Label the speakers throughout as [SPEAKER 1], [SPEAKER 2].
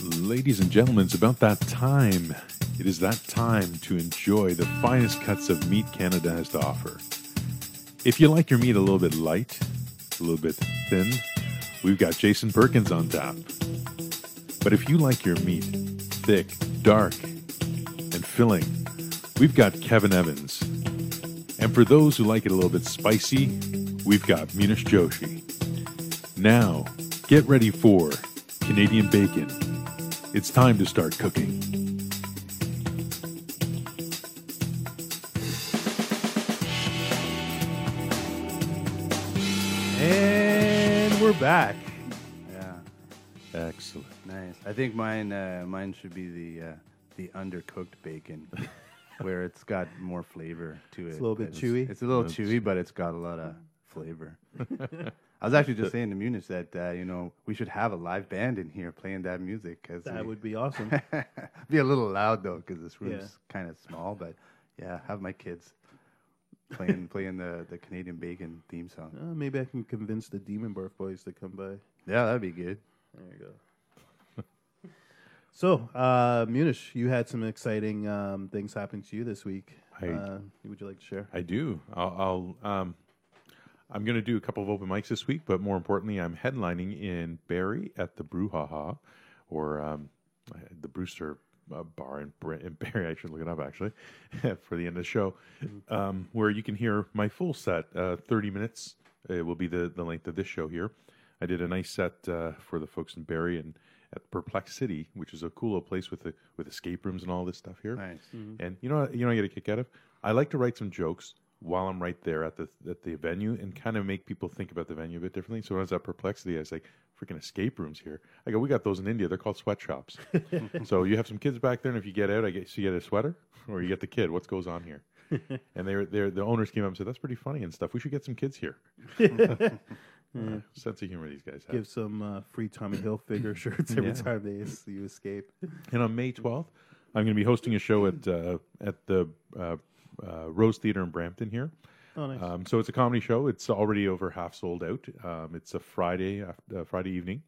[SPEAKER 1] ladies and gentlemen, it's about that time. It is that time to enjoy the finest cuts of meat Canada has to offer. If you like your meat a little bit light, a little bit thin, we've got Jason Perkins on tap. But if you like your meat thick, dark, and filling, we've got Kevin Evans. And for those who like it a little bit spicy, we've got Munish Joshi. Now, get ready for Canadian bacon. It's time to start cooking.
[SPEAKER 2] And we're back. Yeah,
[SPEAKER 1] Excellent.
[SPEAKER 2] nice. I think mine uh, mine should be the uh, the undercooked bacon, where it's got more flavor to it.
[SPEAKER 3] a little bit chewy.
[SPEAKER 2] It's a little chewy, but it's got a lot of flavor. I was actually just saying to Muniz that uh, you know we should have a live band in here playing that music. Cause
[SPEAKER 3] That
[SPEAKER 2] we-
[SPEAKER 3] would be awesome. Uh,
[SPEAKER 2] be a little loud though because this room's
[SPEAKER 3] Yeah.
[SPEAKER 2] kind of small. But yeah, have my kids playing playing the the Canadian Bacon theme song.
[SPEAKER 3] Uh, maybe I can convince the Demon Barf boys to come by.
[SPEAKER 2] Yeah, that'd be good.
[SPEAKER 3] There you go. so, uh, Munish, you had some exciting um, things happen to you this week.
[SPEAKER 1] I-
[SPEAKER 3] Uh, would you like to share?
[SPEAKER 1] I do. I'll. I'll um, I'm going to do a couple of open mics this week, but more importantly, I'm headlining in Barrie at the Brouhaha, or um, the Brewster uh, Bar in, Br- in Barrie. I should look it up actually for the end of the show, um, where you can hear my full set. Uh, Thirty minutes it will be the the length of this show here. I did a nice set uh, for the folks in Barrie and at Perplex City, which is a cool little place with the, with escape rooms and all this stuff here.
[SPEAKER 2] Nice.
[SPEAKER 1] And you know, what- you know, what I get a kick out of. I like to write some jokes while I'm right there at the at the venue and kind of make people think about the venue a bit differently. So when I was at Perplexity, I was like, "Freaking escape rooms here!" I go, "We got those in India. They're called sweatshops." so you have some kids back there, and if you get out, I guess you get a sweater or you get the kid. What's goes on here? and they were they the owners came up and said, "That's pretty funny and stuff. We should get some kids here." Uh, sense of humor these guys have.
[SPEAKER 3] Give some uh, free Tommy Hilfiger shirts every
[SPEAKER 1] Yeah.
[SPEAKER 3] time they s- you escape.
[SPEAKER 1] And on May 12th, I'm going to be hosting a show at uh, at the uh, uh, Rose Theater in Brampton here.
[SPEAKER 3] Oh, nice.
[SPEAKER 1] Um, so it's a comedy show. It's already over half sold out. Um, it's a Friday af- uh, Friday evening.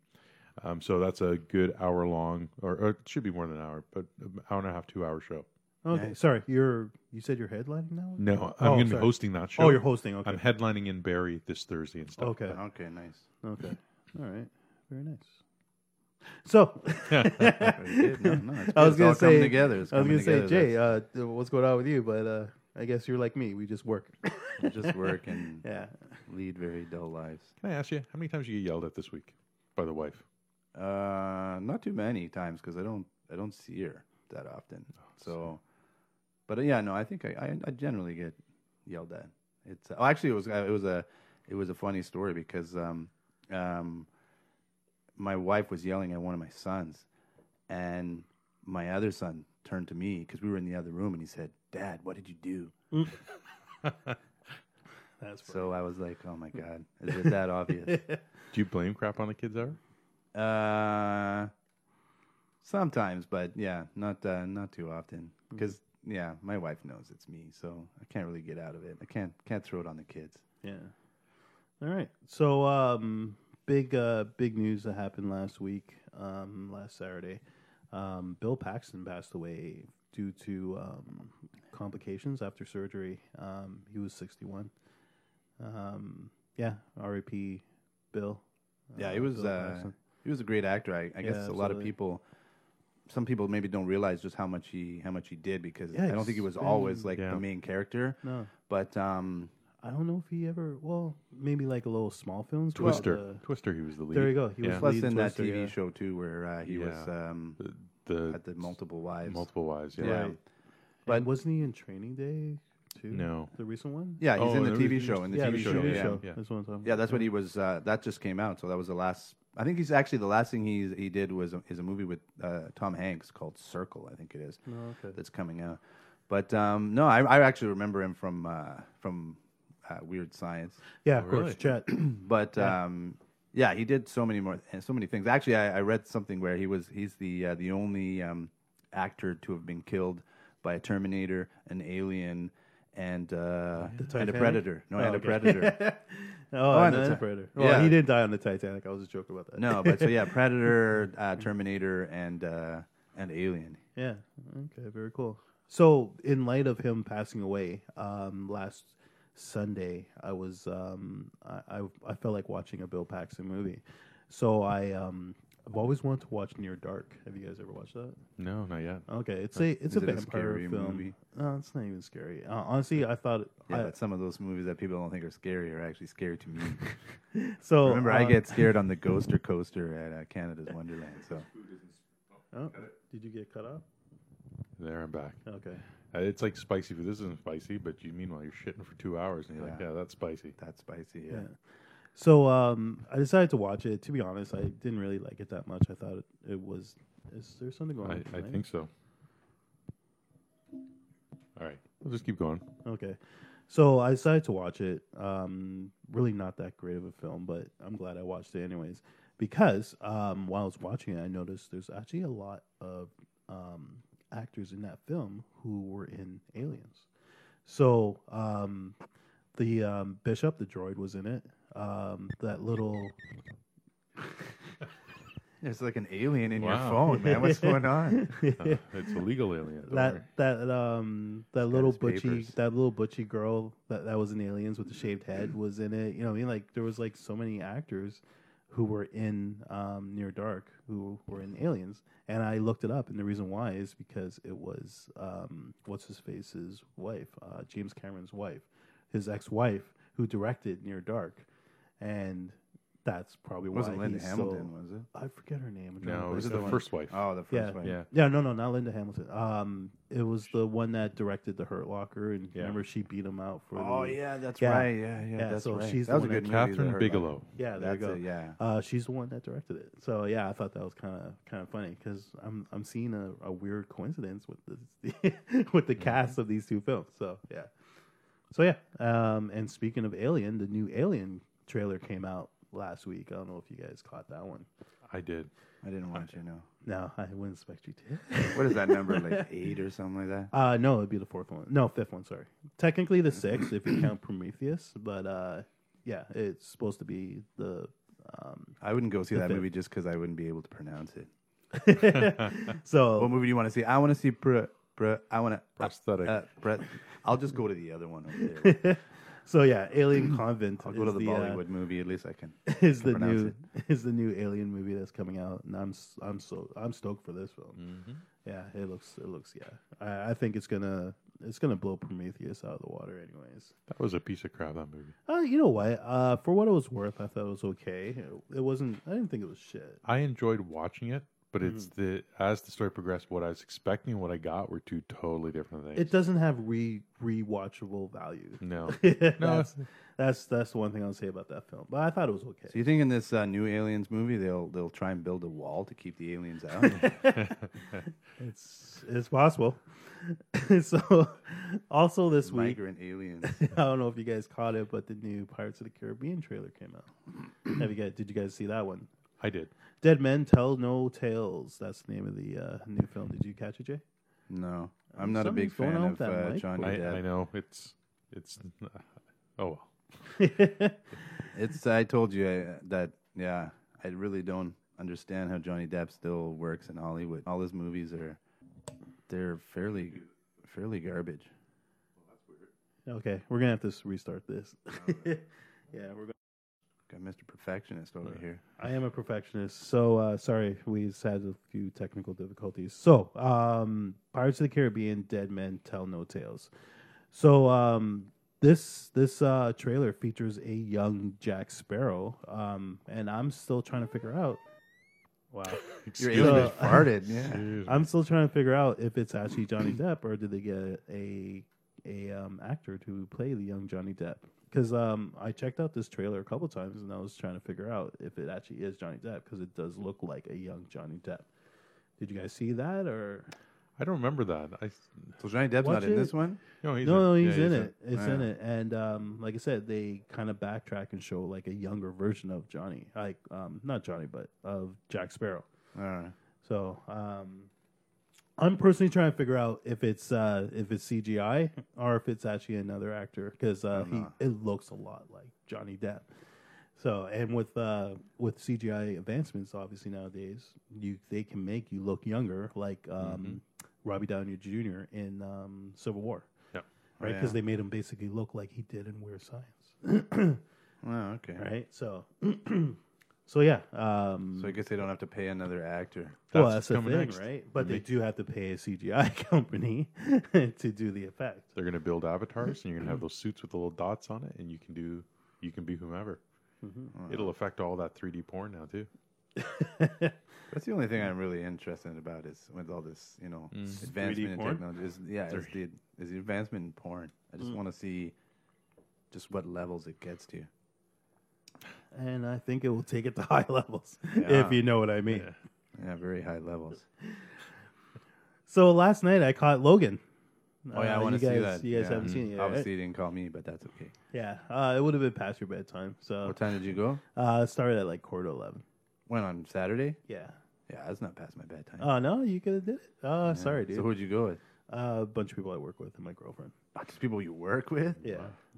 [SPEAKER 1] Um, so that's a good hour long, or, or it should be more than an hour, but an hour and a half, two hour show.
[SPEAKER 3] okay, sorry. You're you said you're headlining now?
[SPEAKER 1] No, I'm
[SPEAKER 3] Oh,
[SPEAKER 1] going to be
[SPEAKER 3] sorry.
[SPEAKER 1] hosting that show.
[SPEAKER 3] Oh, you're hosting. Okay. Oh.
[SPEAKER 1] I'm headlining in Barrie this Thursday and stuff.
[SPEAKER 3] okay.
[SPEAKER 2] Okay, nice.
[SPEAKER 3] Okay. All right. Very nice. So,
[SPEAKER 2] Good. No, no, it's good.
[SPEAKER 3] I
[SPEAKER 2] It's
[SPEAKER 3] was gonna
[SPEAKER 2] all coming
[SPEAKER 3] say,
[SPEAKER 2] together. It's
[SPEAKER 3] I was
[SPEAKER 2] coming
[SPEAKER 3] gonna say,
[SPEAKER 2] together.
[SPEAKER 3] Jay, uh, d- what's going on with you? But uh, I guess you're like me. We just work.
[SPEAKER 2] We just work and
[SPEAKER 3] yeah.
[SPEAKER 2] lead very dull lives.
[SPEAKER 1] Can I ask you, how many times you get yelled at this week by the wife?
[SPEAKER 2] Uh, not too many times because I don't I don't see her that often. So, but uh, yeah, no, I think I, I, I generally get yelled at. It's oh, actually it was it was a it was a funny story because um um my wife was yelling at one of my sons, and my other son turned to me because we were in the other room and he said, "Dad, what did you do?"
[SPEAKER 3] That's funny.
[SPEAKER 2] So I was like, "Oh my god, is it that obvious?"
[SPEAKER 1] Do you blame crap on the kids ever?
[SPEAKER 2] Uh, sometimes, but yeah, not uh, not too often.
[SPEAKER 3] Mm.
[SPEAKER 2] Because yeah, my wife knows it's me, so I can't really get out of it. I can't can't throw it on the kids.
[SPEAKER 3] Yeah. All right. So, um, big uh, big news that happened last week, um, last Saturday. Um, Bill Paxton passed away due to um, complications after surgery. Um, he was 61. Um, yeah. R.I.P. Bill.
[SPEAKER 2] Yeah,
[SPEAKER 3] Uh,
[SPEAKER 2] he was
[SPEAKER 3] Bill
[SPEAKER 2] uh,
[SPEAKER 3] Paxton.
[SPEAKER 2] he was a great actor. I, I guess
[SPEAKER 3] Yeah,
[SPEAKER 2] a lot of
[SPEAKER 3] absolutely.
[SPEAKER 2] people, some people maybe don't realize just how much he how much he did because
[SPEAKER 3] Yeah,
[SPEAKER 2] I don't think he
[SPEAKER 3] he's
[SPEAKER 2] was
[SPEAKER 3] been-
[SPEAKER 2] always like
[SPEAKER 1] Yeah.
[SPEAKER 2] the main character.
[SPEAKER 3] No.
[SPEAKER 2] But um,
[SPEAKER 3] I don't know if he ever. Well, maybe like a little small films. but
[SPEAKER 1] Twister.
[SPEAKER 3] the-
[SPEAKER 1] Twister, he was the lead.
[SPEAKER 3] there you go. He
[SPEAKER 1] Yeah.
[SPEAKER 3] was
[SPEAKER 2] plus
[SPEAKER 3] lead
[SPEAKER 2] in that
[SPEAKER 3] Twister,
[SPEAKER 2] TV
[SPEAKER 3] yeah.
[SPEAKER 2] show too, where uh, he was
[SPEAKER 1] Yeah.
[SPEAKER 2] um,
[SPEAKER 1] The, the-
[SPEAKER 2] at the multiple wives.
[SPEAKER 1] multiple wives. Yeah.
[SPEAKER 2] yeah.
[SPEAKER 3] Right.
[SPEAKER 2] But-
[SPEAKER 3] and wasn't he in Training Day too?
[SPEAKER 1] No.
[SPEAKER 3] the recent one.
[SPEAKER 2] Yeah, he's
[SPEAKER 1] Oh,
[SPEAKER 2] in the
[SPEAKER 1] there
[SPEAKER 2] TV
[SPEAKER 1] was-
[SPEAKER 2] show. In the
[SPEAKER 3] yeah,
[SPEAKER 2] TV
[SPEAKER 3] the
[SPEAKER 2] show,
[SPEAKER 3] TV
[SPEAKER 2] yeah.
[SPEAKER 3] show.
[SPEAKER 1] yeah.
[SPEAKER 3] That's what I'm talking
[SPEAKER 2] Yeah, that's what he was. Uh, that just came out, so that was the last. I think he's actually the last thing he's he did was a, is a movie with uh, Tom Hanks called Circle. I think it is.
[SPEAKER 3] Oh, okay.
[SPEAKER 2] That's coming out. But um, no, I, I actually remember him from uh, from uh, Weird Science.
[SPEAKER 3] Yeah, of
[SPEAKER 1] really?
[SPEAKER 2] Oh,
[SPEAKER 3] course, Chet.
[SPEAKER 2] But um, yeah, he did so many more and so many things. Actually, I, I read something where he was he's the uh, the only um, actor to have been killed by a Terminator, an alien, and uh, and a
[SPEAKER 3] Titanic?
[SPEAKER 2] predator. No,
[SPEAKER 3] Oh,
[SPEAKER 2] and a
[SPEAKER 3] okay.
[SPEAKER 2] predator.
[SPEAKER 3] Oh,
[SPEAKER 2] on
[SPEAKER 3] and
[SPEAKER 2] the
[SPEAKER 3] then
[SPEAKER 2] Ti-
[SPEAKER 3] Predator. Well,
[SPEAKER 2] Yeah.
[SPEAKER 3] he didn't die on the Titanic. I was just joking about that.
[SPEAKER 2] No, but so yeah, Predator, uh, Terminator, and uh, and Alien.
[SPEAKER 3] Yeah. Okay. Very cool. So, in light of him passing away um, last Sunday, I was um, I, I I felt like watching a Bill Paxton movie. So I um, I've always wanted to watch Near Dark. Have you guys ever watched that?
[SPEAKER 1] No, not yet.
[SPEAKER 3] Okay, it's a
[SPEAKER 2] Uh, Is
[SPEAKER 3] it's a
[SPEAKER 2] it a
[SPEAKER 3] vampire
[SPEAKER 2] scary
[SPEAKER 3] film.
[SPEAKER 2] movie?
[SPEAKER 3] No, it's not even scary. Uh, honestly, I thought
[SPEAKER 2] Yeah,
[SPEAKER 3] I-
[SPEAKER 2] but some of those movies that people don't think are scary are actually scary to me.
[SPEAKER 3] so.
[SPEAKER 2] Remember, I
[SPEAKER 3] uh,
[SPEAKER 2] get scared on the Ghoster Coaster at uh, Canada's Wonderland. So
[SPEAKER 3] oh, did you get cut off?
[SPEAKER 1] There, I'm back.
[SPEAKER 3] Okay.
[SPEAKER 1] Uh, it's like spicy food. This isn't spicy, but you meanwhile you're shitting for two hours, and you're like,
[SPEAKER 2] Yeah.
[SPEAKER 1] yeah, that's spicy.
[SPEAKER 2] that's spicy. Yeah.
[SPEAKER 3] Yeah. So um, I decided to watch it. To be honest, I didn't really like it that much. I thought it, it was. Is there something going
[SPEAKER 1] I,
[SPEAKER 3] on?
[SPEAKER 1] I
[SPEAKER 3] tonight?
[SPEAKER 1] think so. All right, we'll just keep going.
[SPEAKER 3] Okay. So I decided to watch it. Um, really not that great of a film, but I'm glad I watched it anyways. Because um, while I was watching it, I noticed there's actually a lot of um, actors in that film who were in Aliens. So um, the um, Bishop, the droid, was in it. Um, that little
[SPEAKER 2] There's like an alien in your
[SPEAKER 1] Wow.
[SPEAKER 2] phone, man. What's going on?
[SPEAKER 1] Uh, it's illegal alien. don't
[SPEAKER 3] that
[SPEAKER 1] worry.
[SPEAKER 3] that um that little
[SPEAKER 2] his
[SPEAKER 3] butchy
[SPEAKER 2] papers.
[SPEAKER 3] that little butchy girl that, that was in aliens with the shaved head was in it you know what i mean like there was like so many actors who were in um, near dark who were in aliens and i looked it up and the reason why is because it was um, what's his face's wife uh, james cameron's wife his ex-wife who directed near dark and that's probably
[SPEAKER 2] It
[SPEAKER 3] why
[SPEAKER 2] wasn't Linda
[SPEAKER 3] he's
[SPEAKER 2] Hamilton,
[SPEAKER 3] So,
[SPEAKER 2] was it?
[SPEAKER 3] I forget her name. I'm trying to
[SPEAKER 1] No, it
[SPEAKER 3] place
[SPEAKER 1] was
[SPEAKER 2] is
[SPEAKER 1] the
[SPEAKER 2] the one-
[SPEAKER 1] first wife.
[SPEAKER 2] Oh, the first
[SPEAKER 3] Yeah.
[SPEAKER 2] one.
[SPEAKER 1] yeah,
[SPEAKER 3] yeah, no, no, not Linda Hamilton. Um, it was the one that directed the Hurt Locker, and
[SPEAKER 1] Yeah.
[SPEAKER 3] remember she beat him out for.
[SPEAKER 2] Oh
[SPEAKER 3] the,
[SPEAKER 2] yeah, that's
[SPEAKER 3] Yeah.
[SPEAKER 2] right. Yeah, yeah,
[SPEAKER 3] Yeah,
[SPEAKER 2] that's
[SPEAKER 3] so
[SPEAKER 2] right.
[SPEAKER 3] she's
[SPEAKER 2] that
[SPEAKER 3] the
[SPEAKER 2] was a
[SPEAKER 3] one that-
[SPEAKER 2] good movie, The Hurt
[SPEAKER 1] Catherine
[SPEAKER 2] Locker.
[SPEAKER 1] Bigelow.
[SPEAKER 3] yeah, there
[SPEAKER 2] That's
[SPEAKER 3] you go.
[SPEAKER 2] it. Yeah.
[SPEAKER 3] Uh, she's the one that directed it. So yeah, I thought that was kind of kind of funny because I'm I'm seeing a, a weird coincidence with this with
[SPEAKER 2] Mm-hmm.
[SPEAKER 3] the cast of these two films. So yeah, so yeah. Um, and speaking of Alien, the new Alien trailer came out last week. I don't know if you guys caught that one.
[SPEAKER 1] I did.
[SPEAKER 2] I didn't watch it. No.
[SPEAKER 3] No, I wouldn't expect you to.
[SPEAKER 2] What is that number? Like eight or something like that.
[SPEAKER 3] Uh, no, it'd be the fourth one. No, fifth one. Sorry. Technically
[SPEAKER 2] Mm-hmm.
[SPEAKER 3] the sixth if you count Prometheus, but uh, yeah, it's supposed to be the. Um,
[SPEAKER 2] I wouldn't go see
[SPEAKER 3] The
[SPEAKER 2] that
[SPEAKER 3] fifth.
[SPEAKER 2] movie just because I wouldn't be able to pronounce it. What
[SPEAKER 3] so
[SPEAKER 2] movie do you want to see? I want to see. Pr- pr- I want to.
[SPEAKER 1] Prosthetic.
[SPEAKER 2] Uh, pr- I'll just go to the other one. Over there.
[SPEAKER 3] so yeah, Alien Convent.
[SPEAKER 2] I'll go to
[SPEAKER 3] is
[SPEAKER 2] the,
[SPEAKER 3] uh,
[SPEAKER 2] Bollywood movie. At least I can.
[SPEAKER 3] is the
[SPEAKER 2] pronounce
[SPEAKER 3] new
[SPEAKER 2] it.
[SPEAKER 3] is the new Alien movie that's coming out, and I'm s- I'm so I'm stoked for this
[SPEAKER 2] Mm-hmm.
[SPEAKER 3] film.
[SPEAKER 1] Mhm.
[SPEAKER 3] Yeah, it looks it looks yeah. I, I think it's gonna it's gonna blow Prometheus out of the water, anyways.
[SPEAKER 1] That was a piece of crap. That movie.
[SPEAKER 3] Uh, you know what? Uh, for what it was worth, I thought it was okay. It, it wasn't. I didn't think it was shit.
[SPEAKER 1] I enjoyed watching it, but it's
[SPEAKER 2] Mm.
[SPEAKER 1] the as the story progressed, what I was expecting and what I got were two totally different things.
[SPEAKER 3] It doesn't have re rewatchable value.
[SPEAKER 1] Mm. no,
[SPEAKER 3] that's, that's that's the one thing I'll say about that film. But I thought it was okay.
[SPEAKER 2] So you think in this uh, new Aliens movie they'll they'll try and build a wall to keep the aliens out?
[SPEAKER 3] It's it's possible. so also this week,
[SPEAKER 2] Migrant aliens.
[SPEAKER 3] I don't know if you guys caught it, but the new Pirates of the Caribbean trailer came out. have you guys? Did you guys see that one?
[SPEAKER 1] I did.
[SPEAKER 3] Dead Men Tell No Tales. That's the name of the uh, new film. Did you catch it, Jay?
[SPEAKER 2] No, I'm not a big
[SPEAKER 3] Something's going
[SPEAKER 2] fan
[SPEAKER 3] on
[SPEAKER 2] of
[SPEAKER 3] with that
[SPEAKER 2] uh,
[SPEAKER 3] mic,
[SPEAKER 1] I,
[SPEAKER 2] Johnny
[SPEAKER 1] I
[SPEAKER 2] Depp.
[SPEAKER 1] know it's it's. oh well.
[SPEAKER 2] It's I told you uh, that. Yeah, I really don't understand how Johnny Depp still works in Hollywood. All his movies are they're fairly fairly garbage.
[SPEAKER 3] okay, we're gonna have to s- restart this. yeah, we're. Gonna-
[SPEAKER 2] Got Mr. Perfectionist over here.
[SPEAKER 3] I am a perfectionist, so uh, sorry we just had a few technical difficulties. So, um, Pirates of the Caribbean: Dead Men Tell No Tales. So um, this this uh, trailer features a young Jack Sparrow, um, and I'm still trying to figure out. Wow,
[SPEAKER 2] Your
[SPEAKER 1] Excuse
[SPEAKER 2] alien
[SPEAKER 1] me.
[SPEAKER 3] alien-
[SPEAKER 2] just farted. Yeah.
[SPEAKER 1] Excuse me.
[SPEAKER 3] I'm still trying to figure out if it's actually Johnny Depp or did they get a a um, actor to play the young Johnny Depp? Because um, I checked out this trailer a couple times and I was trying to figure out if it actually is Johnny Depp because it does look like a young Johnny Depp. Did you guys see that or
[SPEAKER 1] I don't remember that. I
[SPEAKER 2] So Johnny Depp's
[SPEAKER 3] Watch
[SPEAKER 2] not in
[SPEAKER 3] it.
[SPEAKER 2] this one.
[SPEAKER 1] no, he's
[SPEAKER 3] no? No,
[SPEAKER 1] yeah,
[SPEAKER 3] he's in it. It's in
[SPEAKER 2] Yeah.
[SPEAKER 3] it, and um, like I said, they kind of backtrack and show like a younger version of Johnny, like um, not Johnny, but of Jack Sparrow.
[SPEAKER 2] Uh,
[SPEAKER 3] So um, I'm personally trying to figure out if it's uh, if it's CGI or if it's actually another actor because uh,
[SPEAKER 2] don't
[SPEAKER 3] he
[SPEAKER 2] know.
[SPEAKER 3] it looks a lot like Johnny Depp. So and with uh, with CGI advancements, obviously nowadays you they can make you look younger, like
[SPEAKER 2] Mm-hmm.
[SPEAKER 3] um, Robbie Downey Jr. in um, Civil War,
[SPEAKER 1] Yeah.
[SPEAKER 3] right?
[SPEAKER 2] yeah.
[SPEAKER 3] Because they made him basically look like he did in Weird Science,
[SPEAKER 2] Oh, okay.
[SPEAKER 3] right? So, so yeah. Um,
[SPEAKER 2] So I guess they don't have to pay another actor.
[SPEAKER 3] well,
[SPEAKER 1] That's
[SPEAKER 3] that's the
[SPEAKER 1] coming
[SPEAKER 3] thing,
[SPEAKER 1] next.
[SPEAKER 3] right? But they
[SPEAKER 1] Make-
[SPEAKER 3] do have to pay a CGI company to do the effect.
[SPEAKER 1] They're going to build avatars, and you're going to have those suits with the little dots on it, and you can do you can be whomever.
[SPEAKER 3] Uh.
[SPEAKER 1] It'll affect all that 3D porn now too.
[SPEAKER 2] That's the only thing I'm really interested about is with all this, you know,
[SPEAKER 1] Mm.
[SPEAKER 2] advancement
[SPEAKER 1] 3D
[SPEAKER 2] in
[SPEAKER 1] porn?
[SPEAKER 2] technology. Is, yeah, is the is the advancement in porn. I
[SPEAKER 3] Mm.
[SPEAKER 2] just want to see just what levels it gets to.
[SPEAKER 3] And I think it will take it to high levels,
[SPEAKER 2] Yeah.
[SPEAKER 3] if you know what I mean.
[SPEAKER 2] Yeah, very high levels.
[SPEAKER 3] Uh, So last night I caught Logan.
[SPEAKER 2] Oh yeah,
[SPEAKER 3] Uh,
[SPEAKER 2] I want to
[SPEAKER 3] you
[SPEAKER 2] see
[SPEAKER 3] guys-
[SPEAKER 2] that.
[SPEAKER 3] You
[SPEAKER 2] Yeah.
[SPEAKER 3] guys
[SPEAKER 2] Mm-hmm.
[SPEAKER 3] haven't seen it yet.
[SPEAKER 2] Obviously,
[SPEAKER 3] right?
[SPEAKER 2] you didn't call me, but that's okay.
[SPEAKER 3] Yeah, uh, it would have been past your bedtime. So
[SPEAKER 2] What time did you go?
[SPEAKER 3] uh, it started at like quarter to 11.
[SPEAKER 2] Went on Saturday.
[SPEAKER 3] Yeah.
[SPEAKER 2] Yeah, that's not past my bedtime.
[SPEAKER 3] Oh, no, you could have did it. Oh, sorry, dude.
[SPEAKER 2] So who'd you go with?
[SPEAKER 3] uh, a bunch of people I work with and my girlfriend.
[SPEAKER 2] Oh, just people you work with.
[SPEAKER 3] Yeah.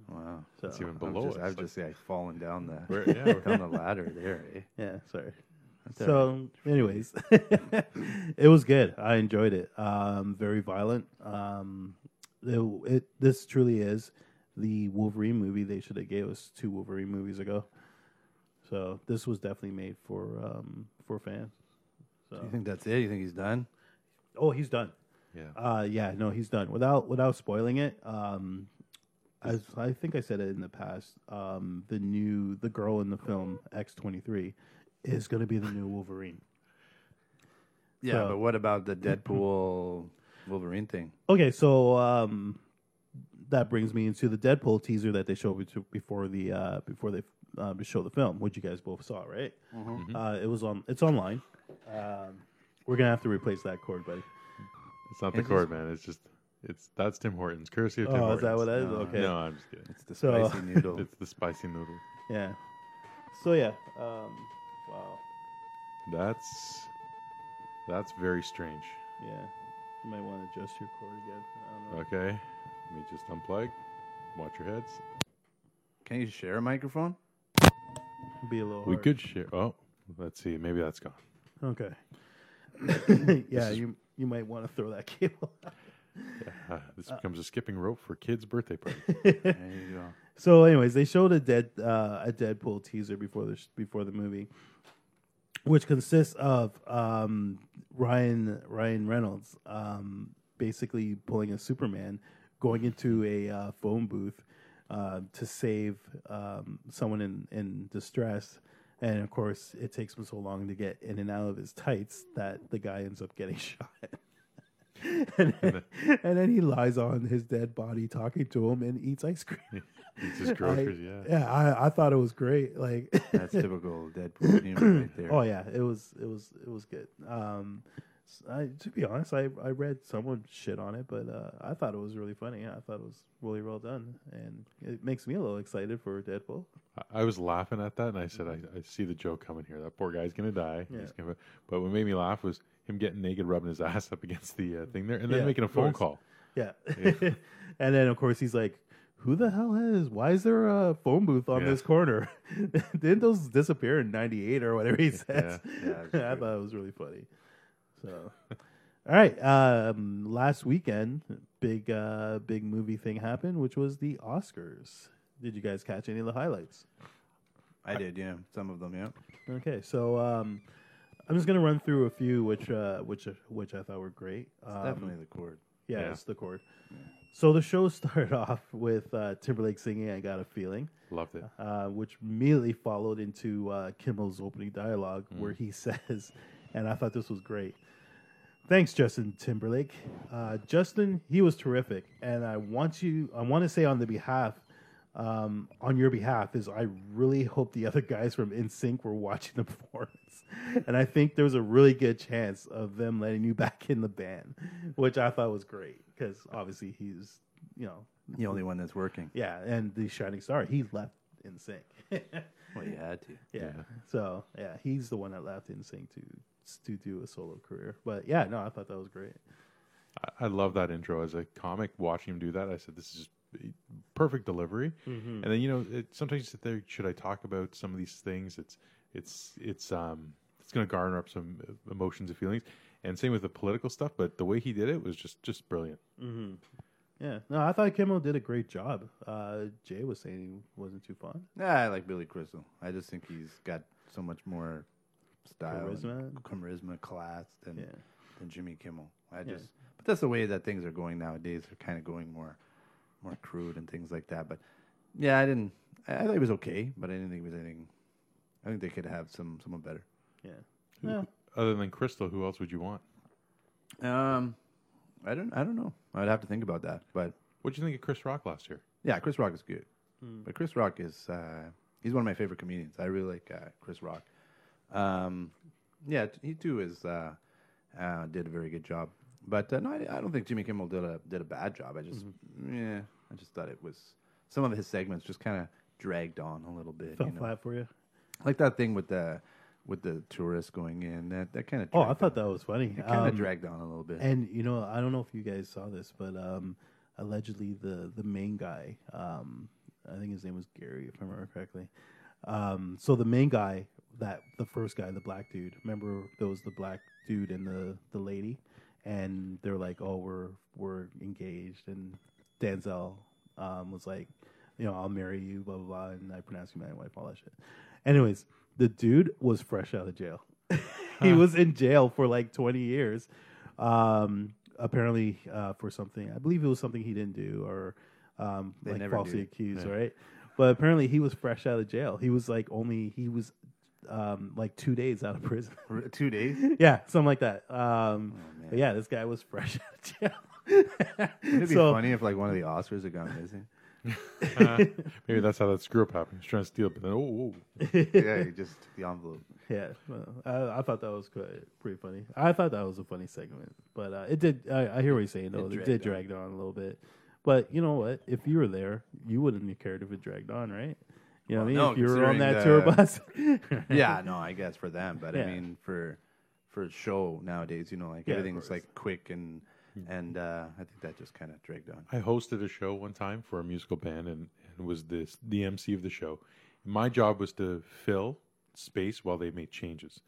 [SPEAKER 2] Wow.
[SPEAKER 3] So,
[SPEAKER 1] It's even
[SPEAKER 2] I'm
[SPEAKER 1] below
[SPEAKER 2] just,
[SPEAKER 1] us.
[SPEAKER 2] I've
[SPEAKER 1] Like,
[SPEAKER 2] just like fallen down the
[SPEAKER 1] we're- yeah, we're-
[SPEAKER 2] down the ladder there. Eh?
[SPEAKER 3] yeah, sorry.
[SPEAKER 2] all
[SPEAKER 3] So, anyways, it was good. I enjoyed it. Um, very violent. Um, it, it this truly is the Wolverine movie they should have gave us two Wolverine movies ago. So this was definitely made for um, for fans. So
[SPEAKER 2] You think that's it? You think he's done?
[SPEAKER 3] oh, he's done.
[SPEAKER 1] yeah.
[SPEAKER 3] Uh, yeah, no, he's done. Without without spoiling it, um, as I think I said it in the past, um, the new the girl in the film X twenty three is going to be the new Wolverine.
[SPEAKER 2] Yeah,
[SPEAKER 3] So-
[SPEAKER 2] but what about the Deadpool Wolverine thing?
[SPEAKER 3] Okay, so um, that brings me into the Deadpool teaser that they showed me to- before the uh, before they uh, show the film, which you guys both saw, right?
[SPEAKER 2] Mm-hmm.
[SPEAKER 1] Mm-hmm.
[SPEAKER 3] Uh, it was on. It's online. Um, we're gonna have to replace that cord, buddy.
[SPEAKER 1] It's not the
[SPEAKER 2] It's
[SPEAKER 1] cord, man. It's just it's that's Tim Hortons. Courtesy of Tim
[SPEAKER 3] Oh,
[SPEAKER 1] Hortons.
[SPEAKER 3] is that what that is?
[SPEAKER 2] No,
[SPEAKER 3] okay.
[SPEAKER 1] No, I'm just kidding.
[SPEAKER 2] It's the
[SPEAKER 3] So-
[SPEAKER 2] spicy noodle.
[SPEAKER 1] It's the spicy noodle.
[SPEAKER 3] Yeah. So yeah. Um, wow.
[SPEAKER 1] That's that's very strange.
[SPEAKER 3] Yeah. You might want to adjust your cord again. I don't know.
[SPEAKER 1] Okay, let me just unplug. Watch your heads.
[SPEAKER 2] Can you share a microphone?
[SPEAKER 3] It'd Be a little.
[SPEAKER 1] Oh. We
[SPEAKER 3] hard.
[SPEAKER 1] could share. Oh, let's see. Maybe that's gone.
[SPEAKER 3] Okay. yeah, you you might want to throw that cable. out.
[SPEAKER 1] Uh, this becomes a skipping rope for kids' birthday party.
[SPEAKER 2] There you go.
[SPEAKER 3] So, anyways, they showed a dead uh, a Deadpool teaser before the sh- before the movie, which consists of um, Ryan Ryan Reynolds um, basically pulling a Superman, going into a uh, phone booth uh, to save um, someone in in distress, and of course, it takes him so long to get in and out of his tights that the guy ends up getting shot. and, then, and then he lies on his dead body talking to him and eats ice cream.
[SPEAKER 1] It's just groceries.
[SPEAKER 3] I-
[SPEAKER 1] yeah.
[SPEAKER 3] yeah. I, I thought it was great. Like,
[SPEAKER 2] That's typical Deadpool humor right there.
[SPEAKER 3] oh yeah, it was, it was, it was good. Um, s- I, to be honest, I, I read someone shit on it, but uh, I thought it was really funny. I thought it was really well done, and it makes me a little excited for Deadpool.
[SPEAKER 1] I, I was laughing at that, and I said, I, "I see the joke coming here. That poor guy's gonna die."
[SPEAKER 3] Yeah.
[SPEAKER 1] He's gonna, but what made me laugh was him getting naked, rubbing his ass up against the uh, thing there, and then
[SPEAKER 3] Yeah,
[SPEAKER 1] making a
[SPEAKER 3] of
[SPEAKER 1] phone
[SPEAKER 3] course.
[SPEAKER 1] call.
[SPEAKER 3] Yeah, and then of course he's like, "Who the hell has? Why is there a phone booth on
[SPEAKER 1] Yeah.
[SPEAKER 3] this corner? Didn't those disappear in '98 or whatever he says?"
[SPEAKER 2] yeah, that's
[SPEAKER 3] I thought it was really funny. So, all right, um, last weekend, big uh, big movie thing happened, which was the Oscars. Did you guys catch any of the highlights?
[SPEAKER 2] I did, yeah. Some of them, yeah.
[SPEAKER 3] Okay, so um, I'm just gonna run through a few, which uh, which which I thought were great. Um,
[SPEAKER 2] Definitely the chord.
[SPEAKER 3] Yeah,
[SPEAKER 1] Yeah.
[SPEAKER 3] it's the chord. So the show started off with uh, Timberlake singing "I Got a Feeling,"
[SPEAKER 1] Loved it.
[SPEAKER 3] uh, which immediately followed into uh, Kimmel's opening dialogue, where he says, and I thought this was great. Thanks, Justin Timberlake. Uh, Justin, he was terrific, and I want you. I want to say on the behalf, um, on your behalf, is I really hope the other guys from InSync were watching the performance, and I think there was a really good chance of them letting you back in the band, which I thought was great because obviously he's, you know,
[SPEAKER 2] The only one that's working.
[SPEAKER 3] yeah, and the shining star, he left in sync. yeah.
[SPEAKER 2] Well, you had to.
[SPEAKER 3] So yeah, he's the one that left in sync to to do a solo career. But yeah, no, I thought that was great.
[SPEAKER 1] I, I love that intro. As a comic, watching him do that, I said, "This is perfect delivery. And
[SPEAKER 3] Mm-hmm.
[SPEAKER 1] then you know, it, sometimes you sit there. Should I talk about some of these things? It's it's it's um it's going to garner up some uh, emotions and feelings. And same with the political stuff. But the way he did it was just just brilliant.
[SPEAKER 3] Mm-hmm. Yeah. No, I thought Kimmel did a great job. Uh, Jay was saying he wasn't too fond.
[SPEAKER 2] Nah, I like Billy Crystal. I just think he's got so much more style, and
[SPEAKER 3] Charisma?
[SPEAKER 2] charisma, class than
[SPEAKER 3] Yeah.
[SPEAKER 2] than Jimmy Kimmel. I
[SPEAKER 3] Yeah.
[SPEAKER 2] just, but that's the way that things are going nowadays. They're kind of going more, more crude and things like that. But yeah, I didn't. I, I thought it was okay, but I didn't think it was anything. I think they could have some someone better.
[SPEAKER 3] Yeah.
[SPEAKER 1] Who-
[SPEAKER 3] Yeah.
[SPEAKER 1] Other than Crystal, who else would you want?
[SPEAKER 2] Um, I don't. I don't know. I'd have to think about that. But
[SPEAKER 1] What do you think of Chris Rock last year?
[SPEAKER 2] yeah, Chris Rock is good.
[SPEAKER 3] Mm.
[SPEAKER 2] But Chris Rock is uh, he's one of my favorite comedians. I really like uh, Chris Rock. Um, yeah, t- he too is uh, uh, did a very good job. But uh, no, I, I don't think Jimmy Kimmel did a did a bad job. I just
[SPEAKER 3] Mm-hmm.
[SPEAKER 2] yeah, I just thought it was some of his segments just kind of dragged on a little bit.
[SPEAKER 3] Fell
[SPEAKER 2] you know?
[SPEAKER 3] flat for you.
[SPEAKER 2] Like that thing with the with the tourists going in that that kind of
[SPEAKER 3] Oh, I thought that was funny.
[SPEAKER 2] kind of
[SPEAKER 3] Um,
[SPEAKER 2] dragged on a little bit.
[SPEAKER 3] And you know, I don't know if you guys saw this, but um, allegedly the the main guy, um, I think his name was Gary, if I remember correctly. Um, so the main guy, that the first guy, the black dude. Remember, there was the black dude and the the lady, and they're like, "Oh, we're we're engaged," and Denzel um, was like, "You know, I'll marry you," blah blah blah, and I pronounce you my wife, all that shit. Anyways, the dude was fresh out of jail. he was in jail for like 20 years. Um, apparently uh, for something. I believe it was something he didn't do or um,
[SPEAKER 2] They
[SPEAKER 3] like
[SPEAKER 2] never
[SPEAKER 3] falsely
[SPEAKER 2] do.
[SPEAKER 3] accused,
[SPEAKER 1] Yeah.
[SPEAKER 3] right? But apparently he was fresh out of jail. He was like only he was um, like two days out of prison.
[SPEAKER 2] R- Two days.
[SPEAKER 3] yeah, something like that. Um,
[SPEAKER 2] Oh, man.
[SPEAKER 3] but yeah, this guy was fresh out of jail.
[SPEAKER 2] It'd be
[SPEAKER 3] so
[SPEAKER 2] funny if like one of the Oscars had gone missing.
[SPEAKER 1] Maybe that's how that screw up happened. He's trying to steal, but then oh, whoa.
[SPEAKER 2] yeah, you just the envelope.
[SPEAKER 3] yeah, well, I, I thought that was quite, pretty funny. I thought that was a funny segment, but uh, it did. I, I hear what you're saying though. It,
[SPEAKER 2] dragged
[SPEAKER 3] did
[SPEAKER 2] on.
[SPEAKER 3] drag on a little bit, but you know what? If you were there, you wouldn't have cared if it dragged on, right? You know what I mean?
[SPEAKER 2] Well, no,
[SPEAKER 3] if you were
[SPEAKER 2] considering
[SPEAKER 3] on that
[SPEAKER 2] the-
[SPEAKER 3] tour bus,
[SPEAKER 2] yeah, no, I guess for them, but
[SPEAKER 3] Yeah.
[SPEAKER 2] I mean for for a show nowadays, you know, like
[SPEAKER 3] Yeah, of
[SPEAKER 2] everything's
[SPEAKER 3] course. Mm-hmm.
[SPEAKER 2] like quick and and uh, I think that just kind of dragged on.
[SPEAKER 1] I hosted a show one time for a musical band and, and was this the MC of the show. My job was to fill space while they made changes.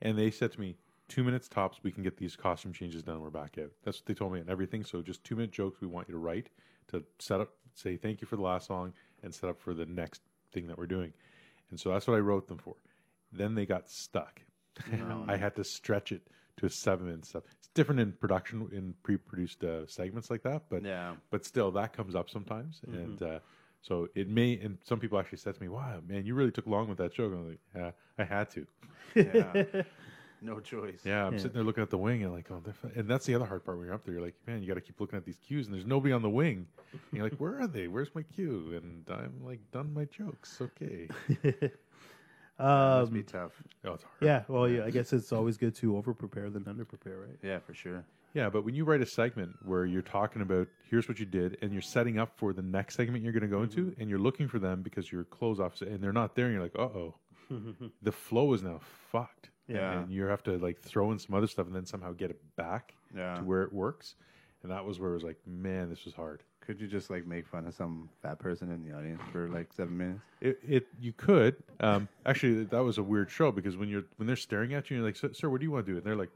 [SPEAKER 1] And they said to me, two minutes tops, we can get these costume changes done. We're back out. That's what they told me and everything. So just two minute jokes we want you to write to set up, say thank you for the last song and set up for the next thing that we're doing. And so that's what I wrote them for. Then they got stuck. I had to stretch it to a seven minute stuff. It's different in production, in pre produced uh, segments like that, but
[SPEAKER 2] Yeah,
[SPEAKER 1] but still that comes up sometimes and uh, so it may and some people actually said to me wow man you really took long with that joke and i'm like yeah i had to
[SPEAKER 2] yeah, no choice.
[SPEAKER 1] yeah i'm
[SPEAKER 3] Yeah.
[SPEAKER 1] sitting there looking at the wing and like oh they're f-. and that's the other hard part when you're up there you're like man you got to keep looking at these cues and there's nobody on the wing and you're like where are they where's my cue and i'm like done my jokes okay
[SPEAKER 2] That must be
[SPEAKER 3] um,
[SPEAKER 2] tough.
[SPEAKER 1] oh, it's hard.
[SPEAKER 3] yeah. Well, yeah. I guess it's always good to over prepare than under prepare, right?
[SPEAKER 2] Yeah, for sure.
[SPEAKER 1] yeah but when you write a segment where you're talking about here's what you did and you're setting up for the next segment you're going to go
[SPEAKER 2] Mm-hmm.
[SPEAKER 1] into and you're looking for them because your clothes off and they're not there and you're like uh-oh the flow is now fucked.
[SPEAKER 2] Yeah.
[SPEAKER 1] And you have to like throw in some other stuff and then somehow get it back
[SPEAKER 2] Yeah.
[SPEAKER 1] to where it works. And that was where it was like, man, this was hard.
[SPEAKER 2] Could you just like make fun of some fat person in the audience for like seven minutes?
[SPEAKER 1] It, it you could um, actually that was a weird show because when you're when they're staring at you, you're like, sir, sir, what do you want to do? And they're like,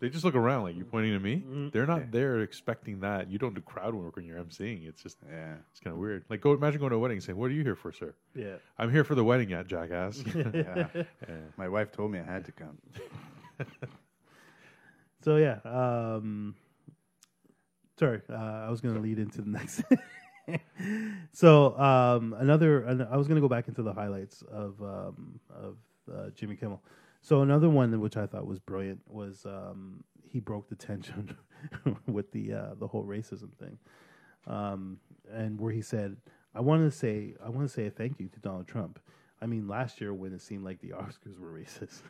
[SPEAKER 1] they just look around like you pointing to
[SPEAKER 2] Mm-hmm.
[SPEAKER 1] me. They're not there expecting that. You don't do crowd work when you're emceeing. It's just
[SPEAKER 2] Yeah.
[SPEAKER 1] it's kind of weird. Like go imagine going to a wedding and saying, what are you here for, sir?
[SPEAKER 3] Yeah.
[SPEAKER 1] I'm here for the wedding, at jackass.
[SPEAKER 2] Yeah.
[SPEAKER 1] Yeah.
[SPEAKER 2] My wife told me I had to come.
[SPEAKER 3] So yeah. Um, sorry, uh, I was going to lead into the next. so um, another, an- I was going to go back into the highlights of um, of uh, Jimmy Kimmel. So another one which I thought was brilliant was um, he broke the tension with the uh, the whole racism thing, um, and where he said, "I want to say I want to say a thank you to Donald Trump." I mean, last year when it seemed like the Oscars were racist.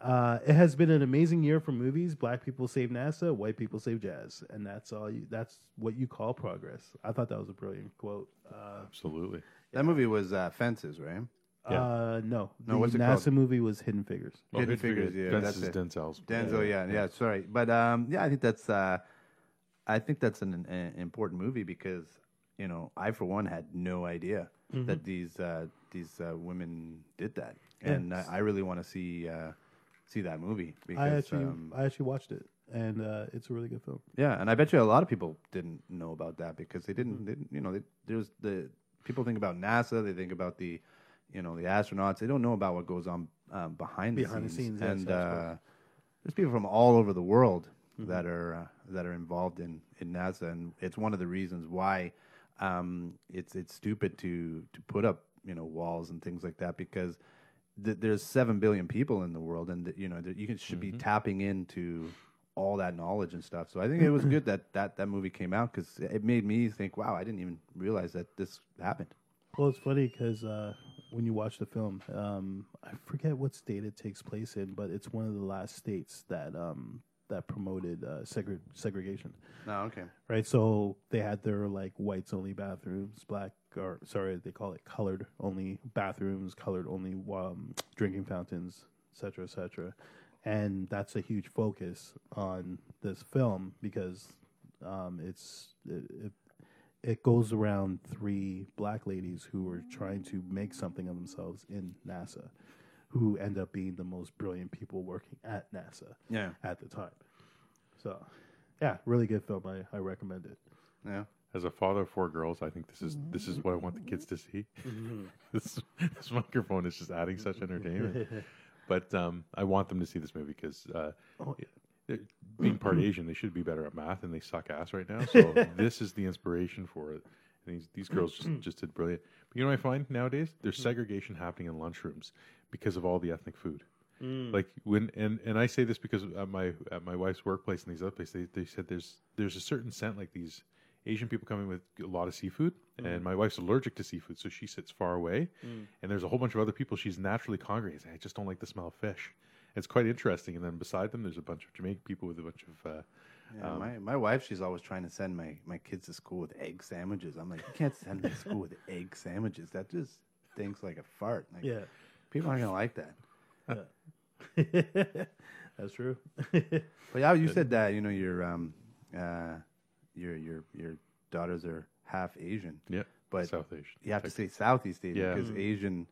[SPEAKER 3] Uh, it has been an amazing year for movies. Black people save NASA, white people save jazz, and that's all. You, that's what you call progress. I thought that was a brilliant quote. Uh,
[SPEAKER 1] Absolutely.
[SPEAKER 2] That movie was uh, Fences, right?
[SPEAKER 1] Yeah.
[SPEAKER 3] uh, no,
[SPEAKER 2] No,
[SPEAKER 3] the
[SPEAKER 2] what's it
[SPEAKER 3] NASA
[SPEAKER 2] called?
[SPEAKER 3] movie was Hidden Figures.
[SPEAKER 1] Well,
[SPEAKER 2] Hidden
[SPEAKER 1] Hidden
[SPEAKER 2] Figures, yeah,
[SPEAKER 1] Fences
[SPEAKER 2] that's it.
[SPEAKER 1] Denzel's.
[SPEAKER 2] Denzel, yeah, yeah, sorry, but um, yeah, I think that's uh, I think that's an, an important movie because you know, I for one had no idea
[SPEAKER 3] Mhm.
[SPEAKER 2] that these uh, these uh, women did that,
[SPEAKER 3] Yeah.
[SPEAKER 2] and I, I really want to see uh, see that movie because
[SPEAKER 3] I actually,
[SPEAKER 2] um,
[SPEAKER 3] I actually watched it, and uh, it's a really good film.
[SPEAKER 2] yeah, and I bet you a lot of people didn't know about that because they
[SPEAKER 3] Mm-hmm.
[SPEAKER 2] didn't, they didn't you know, they, there's the people think about NASA, they think about the, you know, the astronauts. They don't know about what goes on um, behind,
[SPEAKER 3] Behind
[SPEAKER 2] the
[SPEAKER 3] the
[SPEAKER 2] scenes.
[SPEAKER 3] scenes, yes,
[SPEAKER 2] and
[SPEAKER 3] yes,
[SPEAKER 2] uh, there's people from all over the world that are uh, that are involved in in NASA, and it's one of the reasons why um, it's it's stupid to to put up you know walls and things like that because th- there's seven billion people in the world, and that you know that you can, should be tapping into all that knowledge and stuff. So I think it was good that that that movie came out because it made me think, wow, I didn't even realize that this happened.
[SPEAKER 3] Well, it's funny because uh, when you watch the film, um, I forget what state it takes place in, but it's one of the last states that um, that promoted uh, segre- segregation.
[SPEAKER 2] No, Oh, okay.
[SPEAKER 3] Right, so they had their like whites only bathrooms, black or sorry, they call it colored only bathrooms, colored only um, drinking fountains, et cetera, et cetera. And that's a huge focus on this film because um, it's it, it, it goes around three black ladies who were trying to make something of themselves in NASA, who end up being the most brilliant people working at NASA
[SPEAKER 2] Yeah,
[SPEAKER 3] at the time. So, yeah, really good film. I, I recommend it.
[SPEAKER 2] yeah.
[SPEAKER 1] As a father of four girls, I think this is this is what I want the kids to see. this, this microphone is just adding such entertainment. But um, I want them to see this movie because uh,
[SPEAKER 3] Oh,
[SPEAKER 1] they're- being part Asian, they should be better at math, and they suck ass right now. So this is the inspiration for it. And these these girls just, just did brilliant. But you know what I find nowadays? There's segregation happening in lunchrooms because of all the ethnic food. Like when and and I say this because at my at my wife's workplace and these other places, they, they said there's there's a certain scent like these Asian people come in with a lot of seafood, and my wife's allergic to seafood, so she sits far away. And there's a whole bunch of other people she's naturally congregating. I just don't like the smell of fish. It's quite interesting. And then beside them, there's a bunch of Jamaican people with a bunch of. Uh,
[SPEAKER 2] Yeah, my, my wife, she's always trying to send my, my kids to school with egg sandwiches. I'm like, you can't send them to school with egg sandwiches. That just stinks like a fart. Like,
[SPEAKER 3] yeah.
[SPEAKER 2] People aren't going to like that.
[SPEAKER 3] That's true.
[SPEAKER 2] But yeah, you said that, you know, your, um, uh, your, your, your daughters are half Asian.
[SPEAKER 1] yeah,
[SPEAKER 2] But
[SPEAKER 1] South Asian.
[SPEAKER 2] You have to say Southeast Asian
[SPEAKER 1] Yeah. Mm.
[SPEAKER 2] because Asian